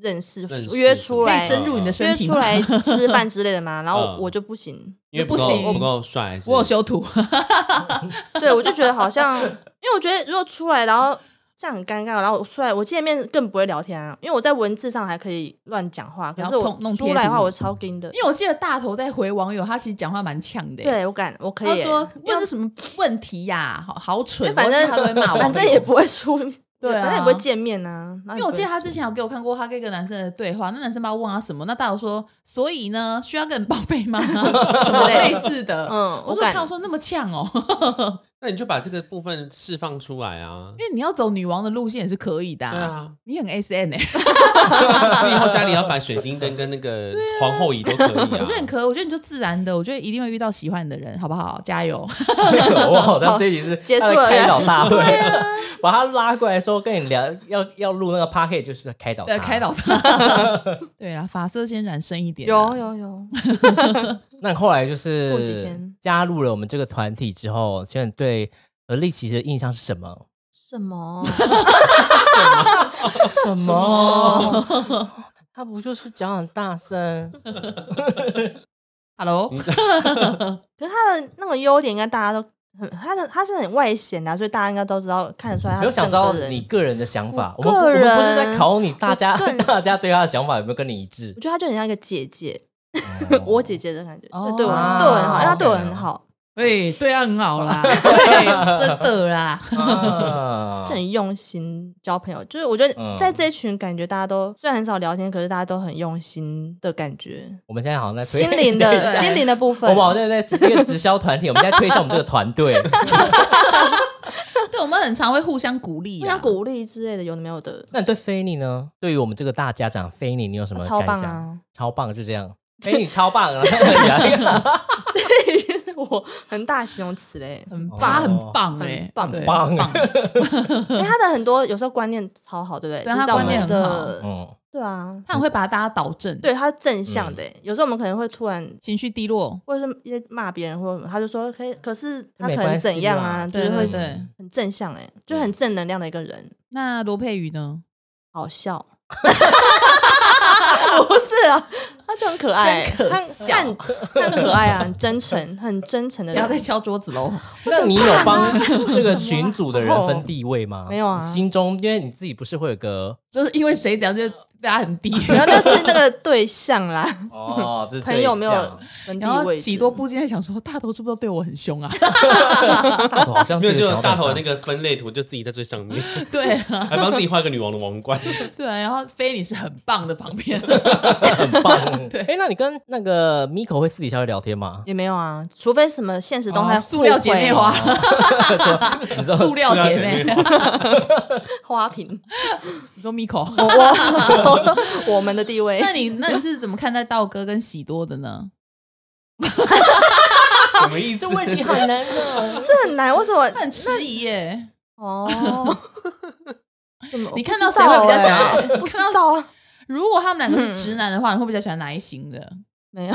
S5: 认识，
S4: 认识
S5: 约出
S4: 可
S2: 可
S5: 来
S2: 以，深入你的身
S5: 约
S2: 体
S5: 出
S2: 吗。
S5: 来吃饭之类的嘛，然后
S4: 嗯
S5: 我就不行，
S4: 因为
S2: 不
S4: 够
S2: 行
S4: 不够帅还 是，
S2: 我有修图，
S5: 对我就觉得好像，因为我觉得如果出来然后这样很尴尬，然后我出来我见面更不会聊天啊，因为我在文字上还可以乱讲话，可
S2: 然后
S5: 是我
S2: 碰弄贴
S5: 出来的话
S2: 图
S5: 我超硬的，
S2: 因为我记得大头在回网友，他其实讲话蛮呛的、欸。
S5: 对我敢我可
S2: 他
S5: 以欸，
S2: 说
S5: 因
S2: 问
S5: 为
S2: 的什么问题呀、好好蠢，
S5: 反正
S2: 我记得他都会骂我，
S5: 反正也不会出，
S2: 对啊
S5: 反正也不会见面啊，因
S2: 因为我记得他之前有给我看过他跟一个男生的对话，那男生把我问他什么，那大头说，所以呢，需要跟人报备吗？ 什么类似的，
S5: 嗯
S2: 我
S5: 我
S2: 说
S5: 敢
S2: 看我说那么呛哦，
S4: 那你就把这个部分释放出来啊。
S2: 因为你要走女王的路线也是可以的、
S4: 对，啊，
S2: 你很 S N 哎、
S4: 你以后家里要摆水晶灯跟那个皇后椅都可以啊。
S2: 我觉得很可以，我觉得你就自然的，我觉得一定会遇到喜欢你的人，好不好？加油！
S3: 我好像这一集是
S5: 结束了
S3: 他的开导大会，把他拉过来说跟你聊，要要录那个 p a r k e t 就是开导
S2: 对，
S3: 他，
S2: 开。导 他。对啦，发色先染深一点啦。
S5: 有有有，
S3: 那后来就
S5: 过几
S3: 是
S5: 天
S3: 加入了我们这个团体之后，现在对何丽琪的印象是什么？
S5: 什么？
S3: 什
S2: 哦
S3: 么？他不就是讲很大声？
S2: Hello，
S5: 可是他的那个优点应该大家都很，他的他是很外显的啊、所以大家应该都知道看得出来他
S3: 没有想知道
S5: 整个人
S3: 你。个人的想法，我
S5: 我
S3: 们不我
S5: 个
S3: 们
S5: 人
S3: 不是在考你，大家
S5: 我个人
S3: 大家对他的想法有没有跟你一致
S5: 我？觉得他就很像一个姐姐，
S3: 哦
S5: 我姐姐的感觉，
S2: 哦
S5: 对对我很对我很好，因为他对我很好，
S2: 哎，对啊，很好 啦，对，真的啦。
S3: 啊
S5: 就很用心交朋友。就是我觉得
S3: 嗯
S5: 在这一群感觉大家都虽然很少聊天，可是大家都很用心的感觉，
S3: 我们现在好像在推
S5: 心灵
S2: 对
S5: 的心灵的部
S3: 我
S5: 分
S3: 们。好像在一个直销团体，我们现在推销我们这个团 队。
S2: 对，我们很常会互相鼓励，啊
S5: 互相。鼓励之类的，有的没有的，
S3: 那你对菲尼呢？对于我们这个大家长菲尼，你有什么
S5: 啊
S3: 感
S5: 超
S3: 想？
S5: 棒 啊！
S3: 超棒，就这样。菲尼超棒啊！很
S5: 我很大形容词嘞，
S2: 很棒，
S3: 哦
S2: 他很棒哎
S5: 很，棒
S2: 对
S3: 棒，
S5: 因为他的很多有时候观念超好，对不
S2: 对
S5: 对？就是
S2: 他
S5: 在我
S2: 观念
S5: 们
S2: 很
S5: 的
S3: 嗯，
S5: 对啊，
S2: 他很会把大家导正，，
S5: 对他是正向
S2: 嗯
S5: 的欸、有时候我们可能会突然
S2: 情绪低落，
S5: 或者是一些骂别人，或者他就说可以，可是他
S3: 没
S5: 可
S3: 关
S5: 能
S3: 系
S5: 怎样啊，
S3: 啦
S5: 就
S2: 对
S5: 是
S2: 对嗯
S5: 会
S2: 对。
S5: 很正向哎、就很正能量的一个人，
S2: 那罗佩瑜呢？
S5: 好笑。 不是啊，他就很可爱、欸
S2: 真可
S5: 他
S2: 笑
S5: 很他很可爱啊，很真诚，很真诚的
S2: 不
S5: 人。
S2: 要再敲桌子喽！
S3: 那你有帮 这个群组的人分地位吗？
S5: 哦没有啊
S3: 你心中因为你自己不是会有 个
S2: 就是因为谁讲就大家很 低，
S5: 然后那是那个对象啦，
S3: 哦，这是
S5: 朋友没有
S3: 对象
S5: 人地
S2: 然后
S5: 位置
S2: 喜多不禁在想说，大头是不是都对我很凶啊？
S3: 大头好像
S4: 没有，就
S3: 讲
S4: 有
S3: 到
S4: 大头的那个分类图就自己在最 上面，
S2: 对啊，
S4: 还帮自己画一个女王的王冠。
S2: 对啊，然后菲你是很棒的旁 边，
S3: 很棒。 对，哎，那你跟那个 Miko 会私底下会聊天吗？
S5: 也没有啊，除非什么现实动态
S2: 哦塑料姐妹花
S5: 互惠、
S3: 哎你知道
S2: 塑 料姐妹，
S5: 花瓶，
S2: 你说 Miko，
S5: 我我 我们的地位
S2: 那你那你是怎么看待道哥跟喜多的呢？
S4: 什么意思？
S3: 这问题好难哦。
S5: 这很难，为什么
S2: 他很迟疑耶，
S5: 哦，怎么
S2: 你看到谁会比较想要哎
S5: 我不知道欸不知道啊？
S2: 如果他们两个
S5: 嗯
S2: 是直男的话，你会比较喜欢哪一型的？
S5: 没有，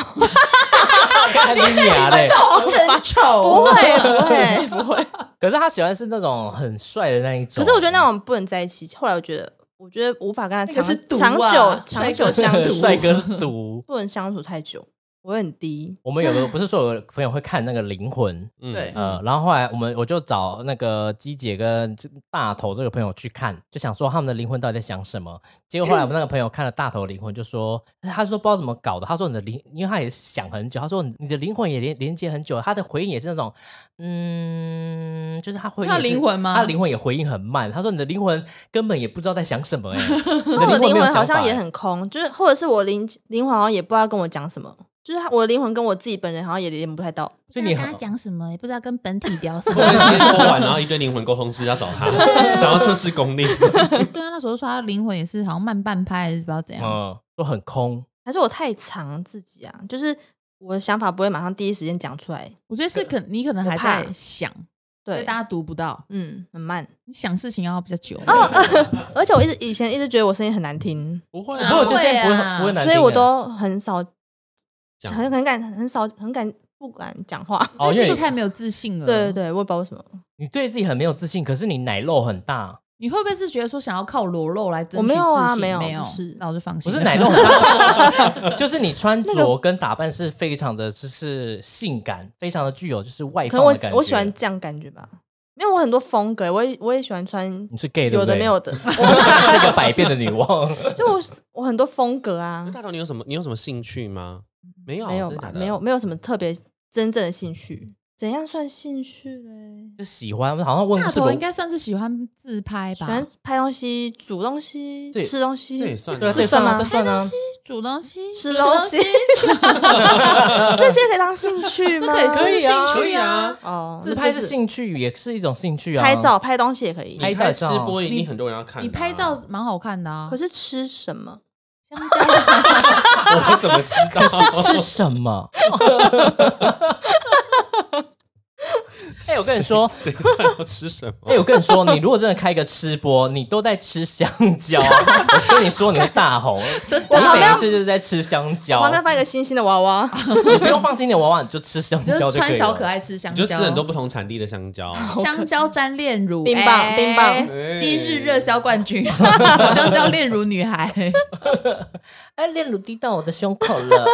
S3: 看你俩嘞。
S5: 很丑，不
S2: 啊
S5: 会不会不会。
S3: 可是他喜欢是那种很帅的那一种。
S5: 可是我觉得那种不能在一起，后来我觉得，我觉得无法跟他
S2: 那
S5: 长
S2: 个是毒
S5: 长
S2: 啊
S5: 久
S2: 帅
S5: 长
S2: 哥
S5: 久相
S2: 是
S5: 处，
S3: 帅哥是毒。
S5: 不能相处太久，我会很低。
S3: 我们有个不是说有个朋友会看那个灵魂，
S4: 嗯
S2: 对
S3: 呃，然后后来我们我就找那个鸡姐跟大头这个朋友去看，就想说他们的灵魂到底在想什么。结果后来我们那个朋友看了大头的灵魂，就说哎他说不知道怎么搞的，他说你的灵，因为他也想很久，他说你的灵魂也连连接很久，他的回应也是那种，嗯，就是他回应也是
S2: 他灵魂吗
S3: 他的灵魂也回应很慢。他说你的灵魂根本也不知道在想什么、欸，你
S5: 那我
S3: 的
S5: 的灵
S3: 没有
S5: 魂好
S3: 想法
S5: 像也
S3: 欸
S5: 很空，就是或者是我灵灵魂好像也不知道跟我讲什么，就是他我的灵魂跟我自己本人好像也连不太到。
S3: 所以你
S2: 跟
S3: 很
S2: 他讲什么，也不知道跟本体聊 什
S4: 会不会
S2: 么。
S4: 今天播完，然后一堆灵魂沟通师要找他，想要测试功力？
S2: 对啊，那时候说他灵魂也是好像慢半拍，还是不知道怎样。
S3: 嗯，都很空。
S5: 还是我太藏自己啊？就是我的想法不会马上第一时间讲出来，
S2: 我觉得是可你可能还在想，所以
S5: 对
S2: 大，家读不到。
S5: 嗯，很慢。
S2: 你想事情要比较久，
S5: 而且我一直以前一直觉得我声音很难听，
S4: 不会
S3: 不过
S4: 啊
S3: 我，觉得这样不
S2: 会啊
S3: 会不会难听
S5: 所
S3: 欸，
S5: 以我都很少，
S4: 讲
S5: 很很敢，很少，很敢不敢讲话。
S3: 哦，
S2: 因
S3: 因
S2: 为
S3: 为
S2: 自
S3: 你
S2: 己太没有自
S3: 嗯
S2: 信了。
S5: 对对，对，我也不知道为什么，
S3: 你对自己很没有自信，可是你奶肉很大，
S2: 你会不会是觉得说想要靠裸露来争取
S5: 我没有啊
S2: 自信
S5: 没有
S2: 没有
S5: 不是，
S2: 那我就放
S3: 不
S2: 心了。
S3: 是奶肉很 大，就是你穿着跟打扮是非常的，就是性感，非常的具有就是外
S5: 可能
S3: 放
S5: 我
S3: 的感觉。
S5: 我喜欢这样感觉吧，因为我很多风格，我也我也喜欢穿
S3: 你是 gay 对
S5: 有
S3: 不对？
S5: 的没， 有的，
S3: 是个百变的女王。
S5: 就我我很多风格啊，
S4: 大头，你有什么你有什么兴趣吗？没
S3: 哦
S4: 有，啊
S5: 没有
S4: 真的
S5: 吧
S4: 假？的
S5: 没有，没有什么特别真正的兴趣。怎样算兴趣嘞？
S3: 就喜欢，好像 问
S2: 大
S3: 是不
S2: 头应该算是喜欢自拍
S5: 喜
S2: 吧？
S5: 欢拍东西、煮东西
S3: 这、也
S5: 吃东
S4: 这也
S5: 西，
S4: 算
S3: 对啊，
S4: 啊
S3: 这算
S5: 算吗
S3: 啊，这啊算啊，
S2: 煮东西、
S5: 吃
S2: 东
S5: 东西 这些可以当兴趣
S2: 这
S5: 吗？
S2: 可以算
S3: 啊可
S2: 是
S3: 以啊
S2: 兴
S4: 可以
S2: 趣
S4: 啊。
S5: 哦，
S3: 自拍
S5: 那就是
S3: 兴趣，也是一种兴趣啊。
S5: 拍照、拍东西也可以
S3: 拍。
S4: 你
S3: 照也
S4: 拍
S3: 是
S4: 吃
S3: 啊
S4: 播一
S2: 你
S4: 定很多人要看的啊。
S2: 你拍照蛮好看的啊
S5: 可，是吃什么？
S2: 香蕉啊
S4: 我怎么知道？
S3: 是什 么？ 哎，我跟你说，
S4: 谁知道要吃什么？
S3: 哎、我跟你说，你如果真的开个吃播，你都在吃香蕉，我跟你说，你会大红。
S2: 真
S3: 我
S2: 的
S3: 们
S2: 啊。
S3: 每一次就是在吃香
S5: 我
S3: 蕉
S5: 旁，边放一个星星的娃娃，
S3: 你不用放经典娃娃，你就吃香
S2: 你就是
S3: 蕉就可
S2: 穿
S3: 以
S2: 小可
S3: 了。
S2: 爱吃香
S4: 你
S2: 蕉，
S4: 就吃很多不同产地的香蕉，啊
S2: 香蕉沾炼乳，
S5: 冰棒
S2: 哎
S5: 冰棒
S2: 今日热销冠 军，香蕉炼乳女孩，啊
S3: 哎，炼乳滴到我的胸口了，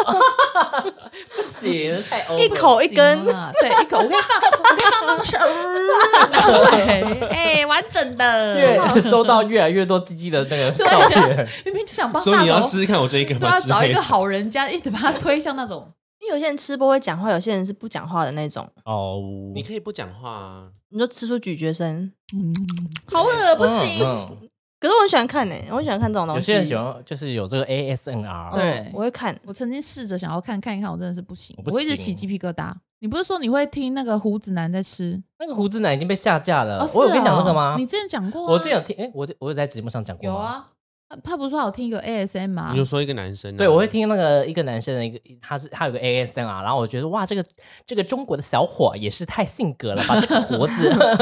S3: 不行， 太欧
S5: 一口一根
S2: 行，啊，对，一口我可以放，我可以放东西，拿出 来，哎，完整
S3: 越
S2: 的，
S3: 收到越来越多鸡鸡的那个
S2: 啊
S3: 照片，
S2: 明明就想帮
S4: 所以
S2: 大
S4: 你要
S2: 头，
S4: 试试看我这一个
S2: 都
S4: 吗？
S2: 要
S4: 之
S2: 啊找一
S4: 类
S2: 个
S4: 的。
S2: 好人家，一直把他推向那种。
S5: 因为有些人吃播会讲话，有些人是不讲话的那种。
S3: 哦，
S4: 你可以不讲话啊，
S5: 你就吃出咀嚼声，
S2: 嗯，好恶， 不行。
S3: 嗯
S5: 可是我很喜欢看呢，我很喜欢看这种东
S3: 有
S5: 西。
S3: 些人喜欢就是有这个
S5: 嗯，
S3: ASNR，
S2: 对
S5: 我会看。
S2: 我曾经试着想要看看一看，我真的是不行
S3: 我，不
S2: 我一直起
S3: 行
S2: 鸡皮疙瘩。你不是说你会听那个胡子男在吃？
S3: 那个胡子奶已经被下架了，
S2: 哦，
S3: 呃我有
S2: 是
S3: 跟你讲
S2: 哦
S3: 这个吗？
S2: 你之前讲过啊，
S3: 我之前有听，哎，我我有在节目上讲过
S2: 有
S3: 吗，
S2: 啊，他他不是说有听一个 ASM 啊
S4: 你就？说一个男生啊。
S3: 对，我会听那个一个男生的一个，他是他有个 ASMR，然后我觉得哇，这个这个中国的小伙也是太性格了吧，这个活子，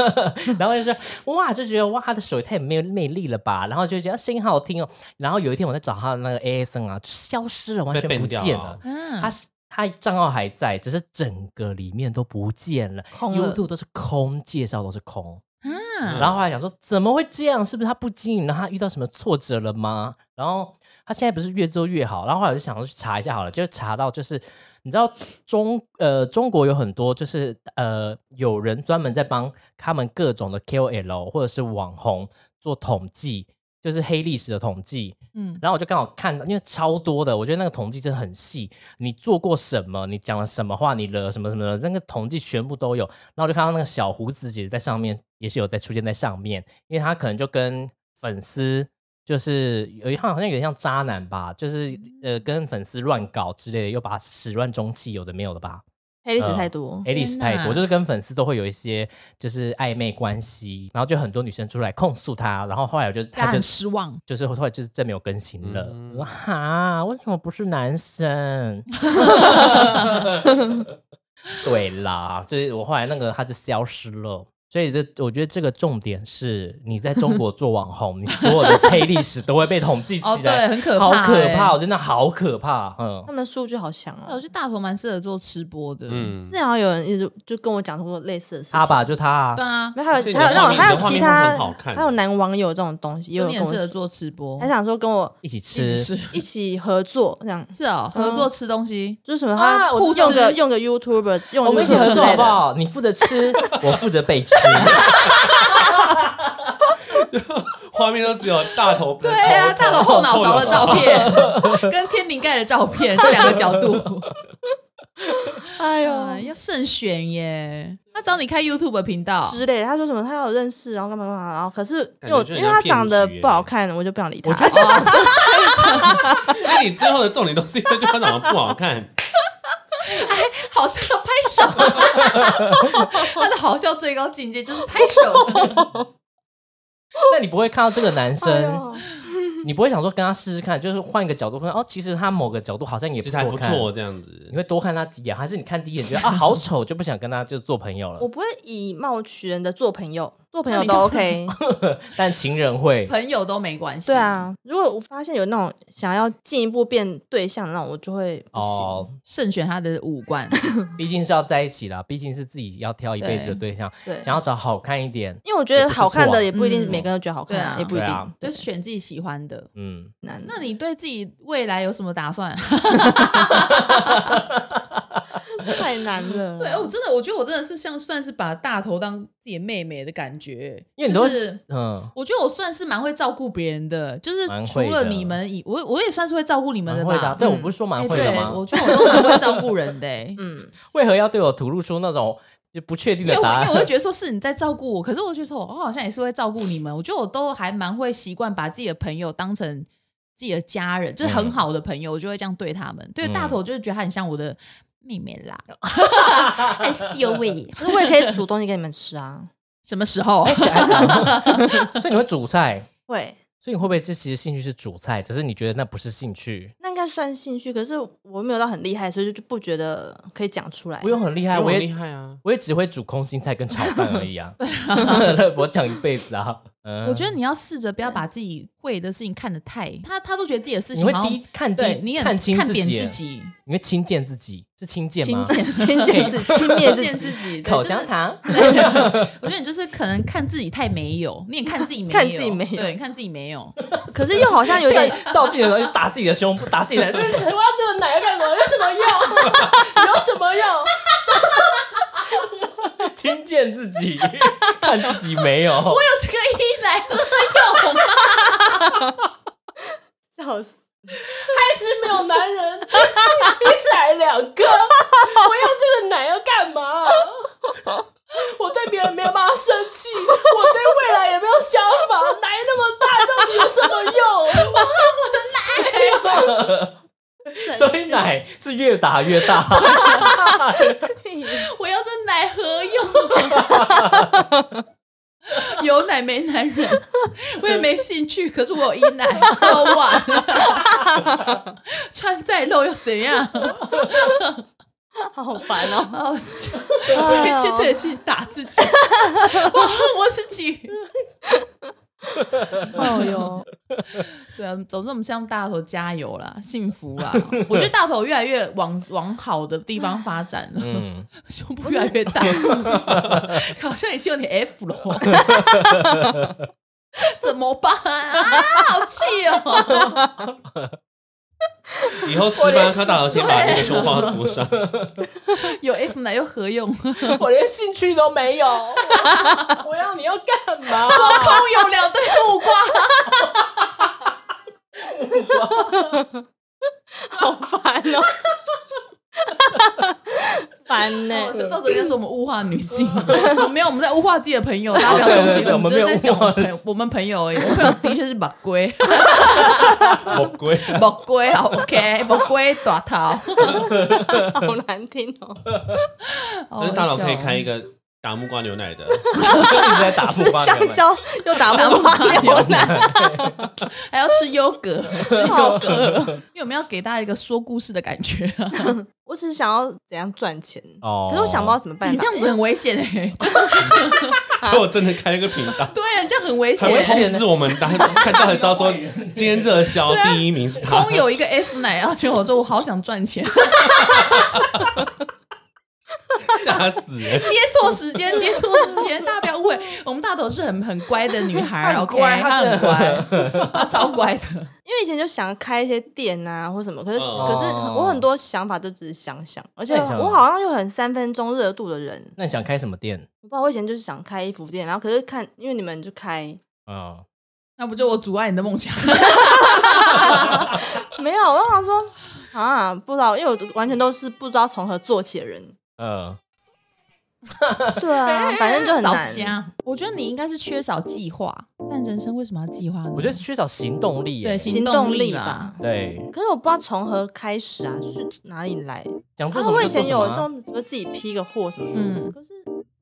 S3: 然后就说哇，就觉得哇，他的手也太没有魅力了吧，然后就觉得声音好好听哦。然后有一天我在找他的那个 ASMR，就消失了，完全
S4: 被
S3: 不
S4: ban 掉
S3: 见
S4: 了
S3: 了。
S2: 嗯，
S3: 他是他账号还在，只是整个里面都不见了
S5: 空了
S3: ，YouTube 都是空，介绍都是空。
S4: 嗯
S2: 啊，
S3: 然后后来想说，怎么会这样？是不是他不经营了？他遇到什么挫折了吗？然后他现在不是越做越好？然后后来我就想说去查一下好了，就查到就是你知道中呃中国有很多就是呃有人专门在帮他们各种的 KOL 或者是网红做统计，就是黑历史的统计。
S2: 嗯，
S3: 然后我就刚好看到，因为超多的，我觉得那个统计真的很细。你做过什么？你讲了什么话？你惹什么什么的，那个统计全部都有。然后我就看到那个小胡子姐在上面，也是有在出现在上面，因为她可能就跟粉丝就是有一好像有点像渣男吧，就是呃跟粉丝乱搞之类的，又把始乱终弃，有的没有的吧。
S5: 黑历史太多，
S3: Alice
S2: 哪
S3: 太多，就是跟粉丝都会有一些就是暧昧关系，然后就很多女生出来控诉他，然后后来我就
S2: 大
S3: 他
S2: 家
S3: 就
S2: 很失望。
S3: 就是后来就是再没有更新了。
S4: 嗯
S3: 我说哈，为什么不是男生？ 对啦，就是我后来那个他就消失了，所以这我觉得这个重点是，你在中国做网红，你所有的黑历史都会被统计起来，
S2: 哦对很可怕
S3: 好可
S2: 欸哎
S3: 怕，我真的好可怕，嗯
S5: 他。们数据好强啊
S2: 我！觉得大头蛮适合做吃播的，嗯，
S4: 嗯
S5: 之，前好像有人一直就跟我讲过类似的事情，
S3: 他吧，就他啊，
S2: 对啊，
S5: 没有，还
S4: 所
S5: 有
S4: 以你的
S5: 还有那
S4: 画面
S5: 种
S4: 你
S5: 还有
S4: 的画
S5: 其
S4: 面会很好
S5: 他
S4: 看
S5: 还有男网友这种东西，也有
S2: 有
S5: 人
S2: 你
S5: 跟
S2: 很
S5: 我哎
S2: 适合
S5: 说，
S2: 做吃播
S5: 还，想说跟我
S3: 啊一起吃
S2: 是
S5: 一起合作这样。
S2: 是哦，合作吃东西，
S5: 就是什么，
S3: 啊
S5: 他
S3: 我
S5: 用个用个 YouTuber，用
S3: 我们一起
S5: YouTuber
S3: 合
S5: 之
S3: 作
S5: 类
S3: 好不
S5: 的？
S3: 好？你负责吃，我负责 被吃。
S4: 画面都只有大头，对
S2: 对
S3: 哦
S2: 啊，大头后脑勺的照， 片 跟天灵盖的照片，这两个角 度，
S5: 哎
S2: 哎
S5: 呦
S2: 要慎选耶。他找你开 YouTube 频道，
S5: 之类的。他说什么他有认识，然后干嘛干嘛，然后可是因
S4: 感
S5: 为我
S4: 觉就
S5: 因
S4: 很
S5: 为他
S4: 像骗
S5: 长得
S4: 局耶
S5: 不好看，我就不想理他。
S3: 我觉
S5: 得
S4: 透 过脑所以你最后的重点都是因为对方长得不好看，
S2: 好像要拍手， 他的好笑最高境界就是拍 手。
S3: 那你不会看到这个男
S5: 哎
S3: 生，你不会想说跟他试试看，就是换一个角度看，哦，其实他某个角度好像也
S4: 其
S3: 不
S4: 实还不
S3: 错看。
S4: 错这样子
S3: 你。会多看他几眼，还是你看第一眼觉得啊好丑就不想跟他就做朋友了
S5: 我？不会以貌取人的做朋友，做朋友
S2: 那你
S5: 都
S2: 就
S5: OK。
S3: 但情人会，
S2: 朋友都没关系，
S5: 对，啊，如果我发现有那种想要进一步变对象的那种，我就会不行。
S3: 哦，
S2: 慎选他的五官，
S3: 毕竟是要在一起啦，毕竟是自己要挑一辈子的对象，
S5: 对，
S3: 想要找好看一点，
S5: 因为我觉
S3: 也
S5: 得
S3: 不是
S5: 好看
S3: 错啊
S5: 的也不一定
S2: 嗯
S5: 每个人都觉得好看啊，
S2: 对啊
S5: 也不一
S3: 对
S5: 定
S3: 啊。
S2: 就选自己喜欢的。
S3: 嗯，
S5: 难。
S2: 那你对自己未来有什么打算？
S5: 太难 了。
S2: 对，哦我真的，我觉得我真的是像算是把大头当自己的妹妹的感觉，
S3: 因为你都
S2: 就
S3: 会
S2: 是
S3: 嗯，
S2: 我觉得我算是蛮会照顾别人的，就是
S3: 蛮
S2: 除
S3: 会
S2: 了
S3: 的
S2: 你们以我我也算是会照顾你们
S3: 蛮
S2: 的
S3: 会的啊。
S2: 吧。
S3: 对
S5: 嗯，
S3: 我不是说蛮
S2: 哎
S3: 会的
S2: 对，
S3: 吗
S2: 我？觉得我都蛮会照顾人的、欸
S5: 嗯，
S3: 为何要对我吐露出那种就不确定
S2: 因为
S3: 的
S2: 我因
S3: 答
S2: 为我会
S3: 案？
S2: 觉得说是你在照顾我，可是我觉得说我好像也是会照顾你们，我觉得我都还蛮会习惯把自己的朋友当成。自己的家人就是很好的朋友，我就会这样对他们。对
S3: 嗯
S2: 大头，就是觉得他很像我的妹妹啦，害羞喂。
S5: 可是我也可以煮东西给你们吃啊。
S2: 什么时候？
S3: 所以你会煮菜，
S5: 会，
S3: 所以你会不会这其实兴趣是煮菜，只是你觉得那不是兴趣？
S5: 那应该算兴趣，可是我没有到很厉害，所以就不觉得可以讲出来。
S3: 不用很厉害，
S4: 我
S3: 我
S4: 厉
S3: 也
S4: 害 啊！
S3: 我也只会煮空心菜跟炒饭而已 啊。我讲一辈子啊，嗯
S2: 我觉得你要试着不要把自己会的事情看得太，他他都觉得自己的事
S3: 你
S2: 情
S3: 会
S2: 好像
S3: 低看
S2: 对
S3: 低
S2: 你很
S3: 看清
S2: 看
S3: 自
S2: 扁
S3: 己
S2: 自
S3: 耶，
S2: 己，
S3: 你会轻贱自己，是轻贱
S2: 轻
S3: 吗？
S2: 贱自己
S5: 轻 贱自己，轻蔑自己，
S2: 己
S3: 口香。糖，
S2: 对就是对我觉得你就是可能看自己太没有，你也看自己没有，
S5: 看自己没有
S2: 对，你看自己没有，
S5: 可是又好像有点，
S3: 照镜的时候就打自己的胸部，打自己 的，我要这个奶要干什么？有什么用？有什么用？ 轻贱自己，看自己没有。
S2: 我有这个一来二用吗？
S5: 笑死
S3: 还是没有男人，一才两 个，我要这个奶要干嘛？我对别人没有办法生气，我对未来也没有想法，奶那么大到底有什么用？我恨我的奶。所以奶是越打越大，
S2: 我要这奶何用？ 有奶没男人，我也没兴趣，可是我有一奶，so what？穿再露又怎样？
S5: 好烦哦！
S2: 哦，我也去对着镜打自 己，我恨我自己。
S5: 哦哟，
S2: 对啊，总之我们向大头加油啦，幸福啊！我觉得大头越来越往 往好的地方发展了，
S3: 嗯，
S2: 胸部越来越 大，好像已经有点 F 了， 怎么办啊？好气哦！
S4: 以后吃饭看大头先把那个胸放在桌上，
S2: 有 F 奶又何用？空
S3: 我连兴趣都没有，我要你要干嘛？
S2: 有两对木瓜，
S5: 好烦哦！烦呢、
S2: 哦所以到时候人家说我们物化女性， 我们没有，我们在物化自己的朋友，大家不要
S3: 对
S2: 中
S3: 对
S2: 心，
S3: 对
S2: 我们只是在讲我们
S3: 我们没
S2: 朋
S3: 有物
S2: 友，我们朋友而已。我朋友的确是把龟。
S4: 好 贵啊！
S2: 木瓜好 OK，木瓜大头。
S5: 好难听哦！
S4: 但是大脑可以开一
S2: 个
S4: 个打木瓜牛奶的，
S3: 一直在打
S5: 吃
S3: 木瓜
S5: 香
S3: 牛奶。
S5: 蕉又打 木瓜牛奶，
S2: 还要吃优格，吃优格，因为我们要给大家一个说故事的感觉啊。
S5: 我只是想要怎样赚钱，
S3: 哦
S5: 可是我想不到怎么办法。
S2: 你这样子很危险哎、就。
S4: 所以我真的开了个频道
S2: 对啊，这样很危险
S4: 才
S2: 欸、
S4: 会通知我们，大家看到才知道说，今天热销第一名是他。
S2: 空有一个 F 奶要请我说，我好想赚钱，
S4: 吓死人！
S2: 接错时间，接错时间，大家不要误会，我们大头是很很乖的女孩
S3: 她 很
S2: ，OK，
S3: 乖
S2: 她
S3: 她
S2: 很
S3: 真
S2: 乖， 她超乖的，
S5: 因为以前就想开一些店啊或什么，可是、
S4: 哦
S5: 可是我很多想法都只是想想，而且
S3: 那你想
S5: 我好像又很三分钟热度的人，
S3: 那你想开什么店？
S5: 我不知道我以前就是想开衣服店，然后可是看因为你们就开，
S3: 嗯，
S2: 那不就我阻碍你的梦想？
S5: 没有，我想说啊不知道，因为我完全都是不知道从何做起 的人，
S3: 呃，
S5: 对啊，反正就很
S2: 早
S5: 难
S2: 期。啊，我觉得你应该是缺少计划，但人生为什么要计划呢？
S3: 我觉得是缺少行动力耶。
S2: 对
S5: 行
S2: 动
S5: 动
S2: 力
S5: 力
S2: 啦
S5: 吧，
S3: 对，
S5: 可是我不知道从何开始啊，是哪里来？
S3: 想做
S5: 啊，
S3: 什么
S5: 我以
S3: 就做
S5: 前
S3: 什
S5: 有
S3: 么
S5: 这
S3: 啊。
S5: 种，我自己批个货什么的，
S2: 嗯
S5: 可是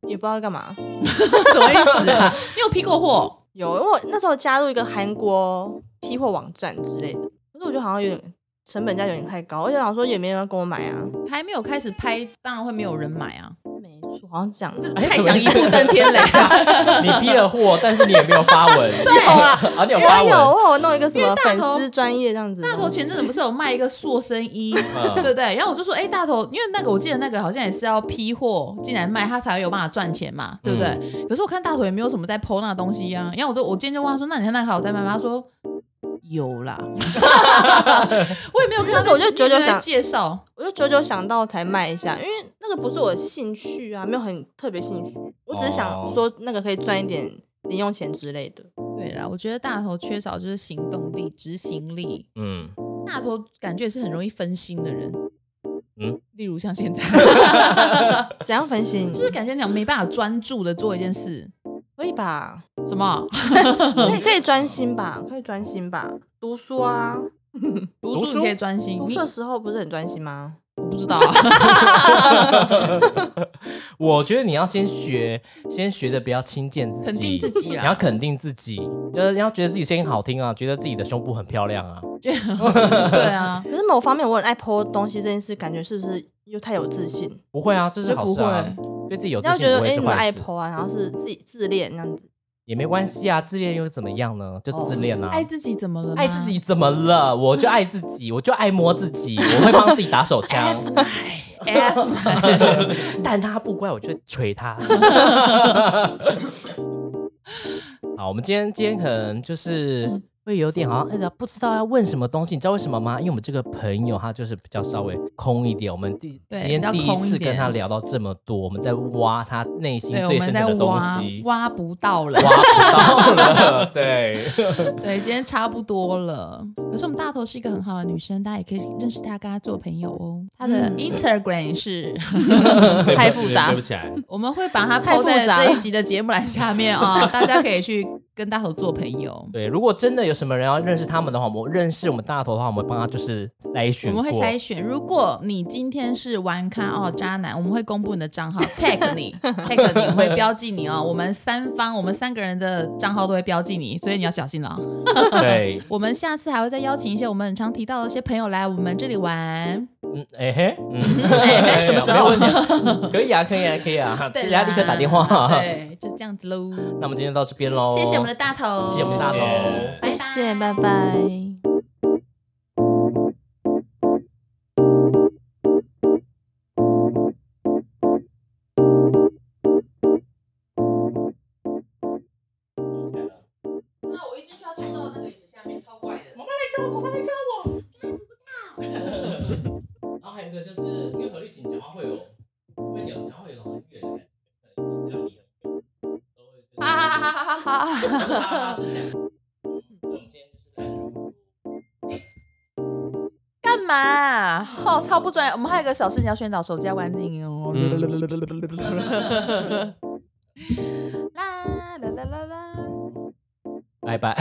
S5: 也不知道干嘛。
S2: 什么意思啊？你有批过货？
S5: 有，因为我那时候加入一个韩国批货网站之类的，可是我觉得好像有点成本价有点太高，而且想说也没人要跟我买啊。
S2: 还没有开始拍，当然会没有人买啊！
S5: 没错，好像这样。
S3: 哎
S2: 太
S3: 什么
S2: 想一步登天啊了，
S3: 你批了货，但是你也没有发 文。
S5: 有啊，
S3: 啊，你有
S5: 我
S3: 发
S5: 还有
S3: 文。
S5: 我有弄一个什
S2: 因为
S5: 么
S2: 大
S5: 粉
S2: 头
S5: 丝专业这样子的
S2: 大
S5: 东西。
S2: 头前阵子不是有卖一个塑身衣，
S3: 嗯
S2: 对不对？然后我就说，哎、大头，因为那个我记得那个好像也是要批货进来卖，他才有办法赚钱嘛，对不对？
S3: 嗯
S2: 可是我看大头也没有什么在剖那东西呀、然后我就我今天就问他说，那你看那个还有在卖吗？他说。有 啦，我也没有看到
S5: 那个我就久久
S2: 你有没有在
S5: 想
S2: 介绍，
S5: 我就久久想到才卖一下，因为那个不是我的兴趣啊，没有很特别兴趣，我只是
S2: 哦
S5: 想说那个可以赚一点零用钱之类的。
S2: 对啦，我觉得大头缺少就是行动力、执行力。
S3: 嗯，
S2: 大头感觉也是很容易分心的人，嗯
S3: 嗯，
S2: 例如像 现在，
S5: 怎样分析？
S2: 就是感觉你没办法专注的做一件事，
S5: 可以 吧？
S2: 什么
S5: 可以可以专心吧？可以专心吧？读书啊，
S2: 读书
S3: 书
S2: 你可以专心，
S5: 读
S2: 你
S5: 书的时候不是很专心吗？
S2: 我不知道、啊。
S3: 我觉得你要先学，先学的不要轻贱自己，
S2: 肯定自己
S5: 啊
S3: 你
S2: 啦
S3: 要肯定自己，就是你要觉得自己声音好听啊，觉得自己的胸部很漂亮啊。
S2: 对啊，
S5: 可是某方面我很爱剖东西这件事，感觉是不是又太有自信？
S3: 不会啊，这是好
S2: 不
S3: 事啊
S2: 会，
S3: 对自己有自
S5: 然后
S3: 信
S5: 觉得
S3: 不
S5: 哎、
S3: 会
S5: 你
S3: 是
S5: 们
S3: 坏
S5: 爱
S3: 事，
S5: 剖啊，然后是自己自恋那样子，
S3: 也没关系啊，自恋又怎么样呢？就自
S5: 哦
S3: 恋啊。
S2: 爱自己怎么了？
S3: 爱自己。怎么了？我就爱自己，我就爱摸自己，我会帮自己打 手
S5: 哎
S3: 枪。
S2: F
S3: 但他不乖，我就捶 他。好，我们今天今天可能就是会有点好像哎呀，不知道要问什么东西，你知道为什么吗？因为我们这个朋友他就是比较稍微空一点，我们第
S2: 对
S3: 今
S2: 比较
S3: 天第一
S2: 空一
S3: 次跟
S2: 点
S3: 他聊到这么多，我们在挖他内 心
S2: 对，我
S3: 最
S2: 们
S3: 深
S2: 在
S3: 层的东
S2: 挖
S3: 西，
S2: 挖不到了。
S3: 挖不到 了。对，
S2: 对，今天差不多了。可是我们大头是一个很好的女生，大家也可以认识她，跟她做朋友哦。她的
S5: 嗯
S2: Instagram 是，
S5: 太复杂
S4: 对不起来。
S2: 我们会把它
S5: 太
S2: po
S5: 复
S2: 在
S5: 杂
S2: 这一
S5: 了
S2: 集的节目栏下面啊，大家可以去跟大头做朋友。
S3: 对，如果真的有什么人要认识他们的话，我们认识我们大头的话，我们帮他就是筛
S2: 我
S3: 选
S2: 们
S3: 过，
S2: 会筛选，如果你今天是玩咖哦渣男，我们会公布你的 账号 tag 你 tag 你，我们会标记你哦。我们三方，我们三个人的账号都会标记你，所以你要小心了哦。
S3: 对，
S2: 我们下次还会再邀请一些我们很常提到的一些朋友来我们这里玩。
S3: 嗯，哎、嘿， 嗯，
S2: 哎什么时候
S3: 没问题啊可以啊，可以啊，可以啊，
S2: 对啦，
S3: 大家立刻打电话。
S2: 对，就这样子喽。
S3: 那我们今天到这边喽，
S2: 谢谢我们的大头，
S3: 谢谢我们的大头
S4: 谢
S2: 拜拜
S5: 谢谢，拜拜。
S2: 那我一进去要冲到那个椅子下面，超怪的。
S3: 然后还有一个就是，因为何立锦讲话会有，会有讲话有一种很远的感觉，可能让你
S2: 哈哈哈哈哈哈！干嘛？哦，超不专业。我们还有一个小事情要宣导，手机要关静哦。
S4: 嗯
S2: 啦啦啦啦啦！
S3: 拜拜，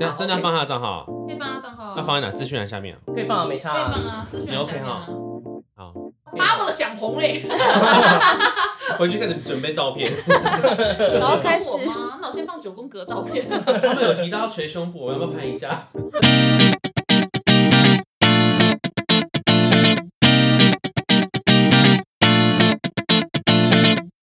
S4: 那真的要放他的账号，
S2: 可以放他账号啊
S4: 那放在哪？资讯栏下面啊。
S3: 可以放啊，没差
S2: 可以
S3: 啊，
S2: 放啊，资讯栏下面啊。
S4: 好，
S2: 巴不得想红嘞，
S4: 回去开始准备 照片。
S5: 然后开始
S2: 我吗？那我先放九宫格照片。
S4: 他们有提到捶胸部，我要不要拍一下？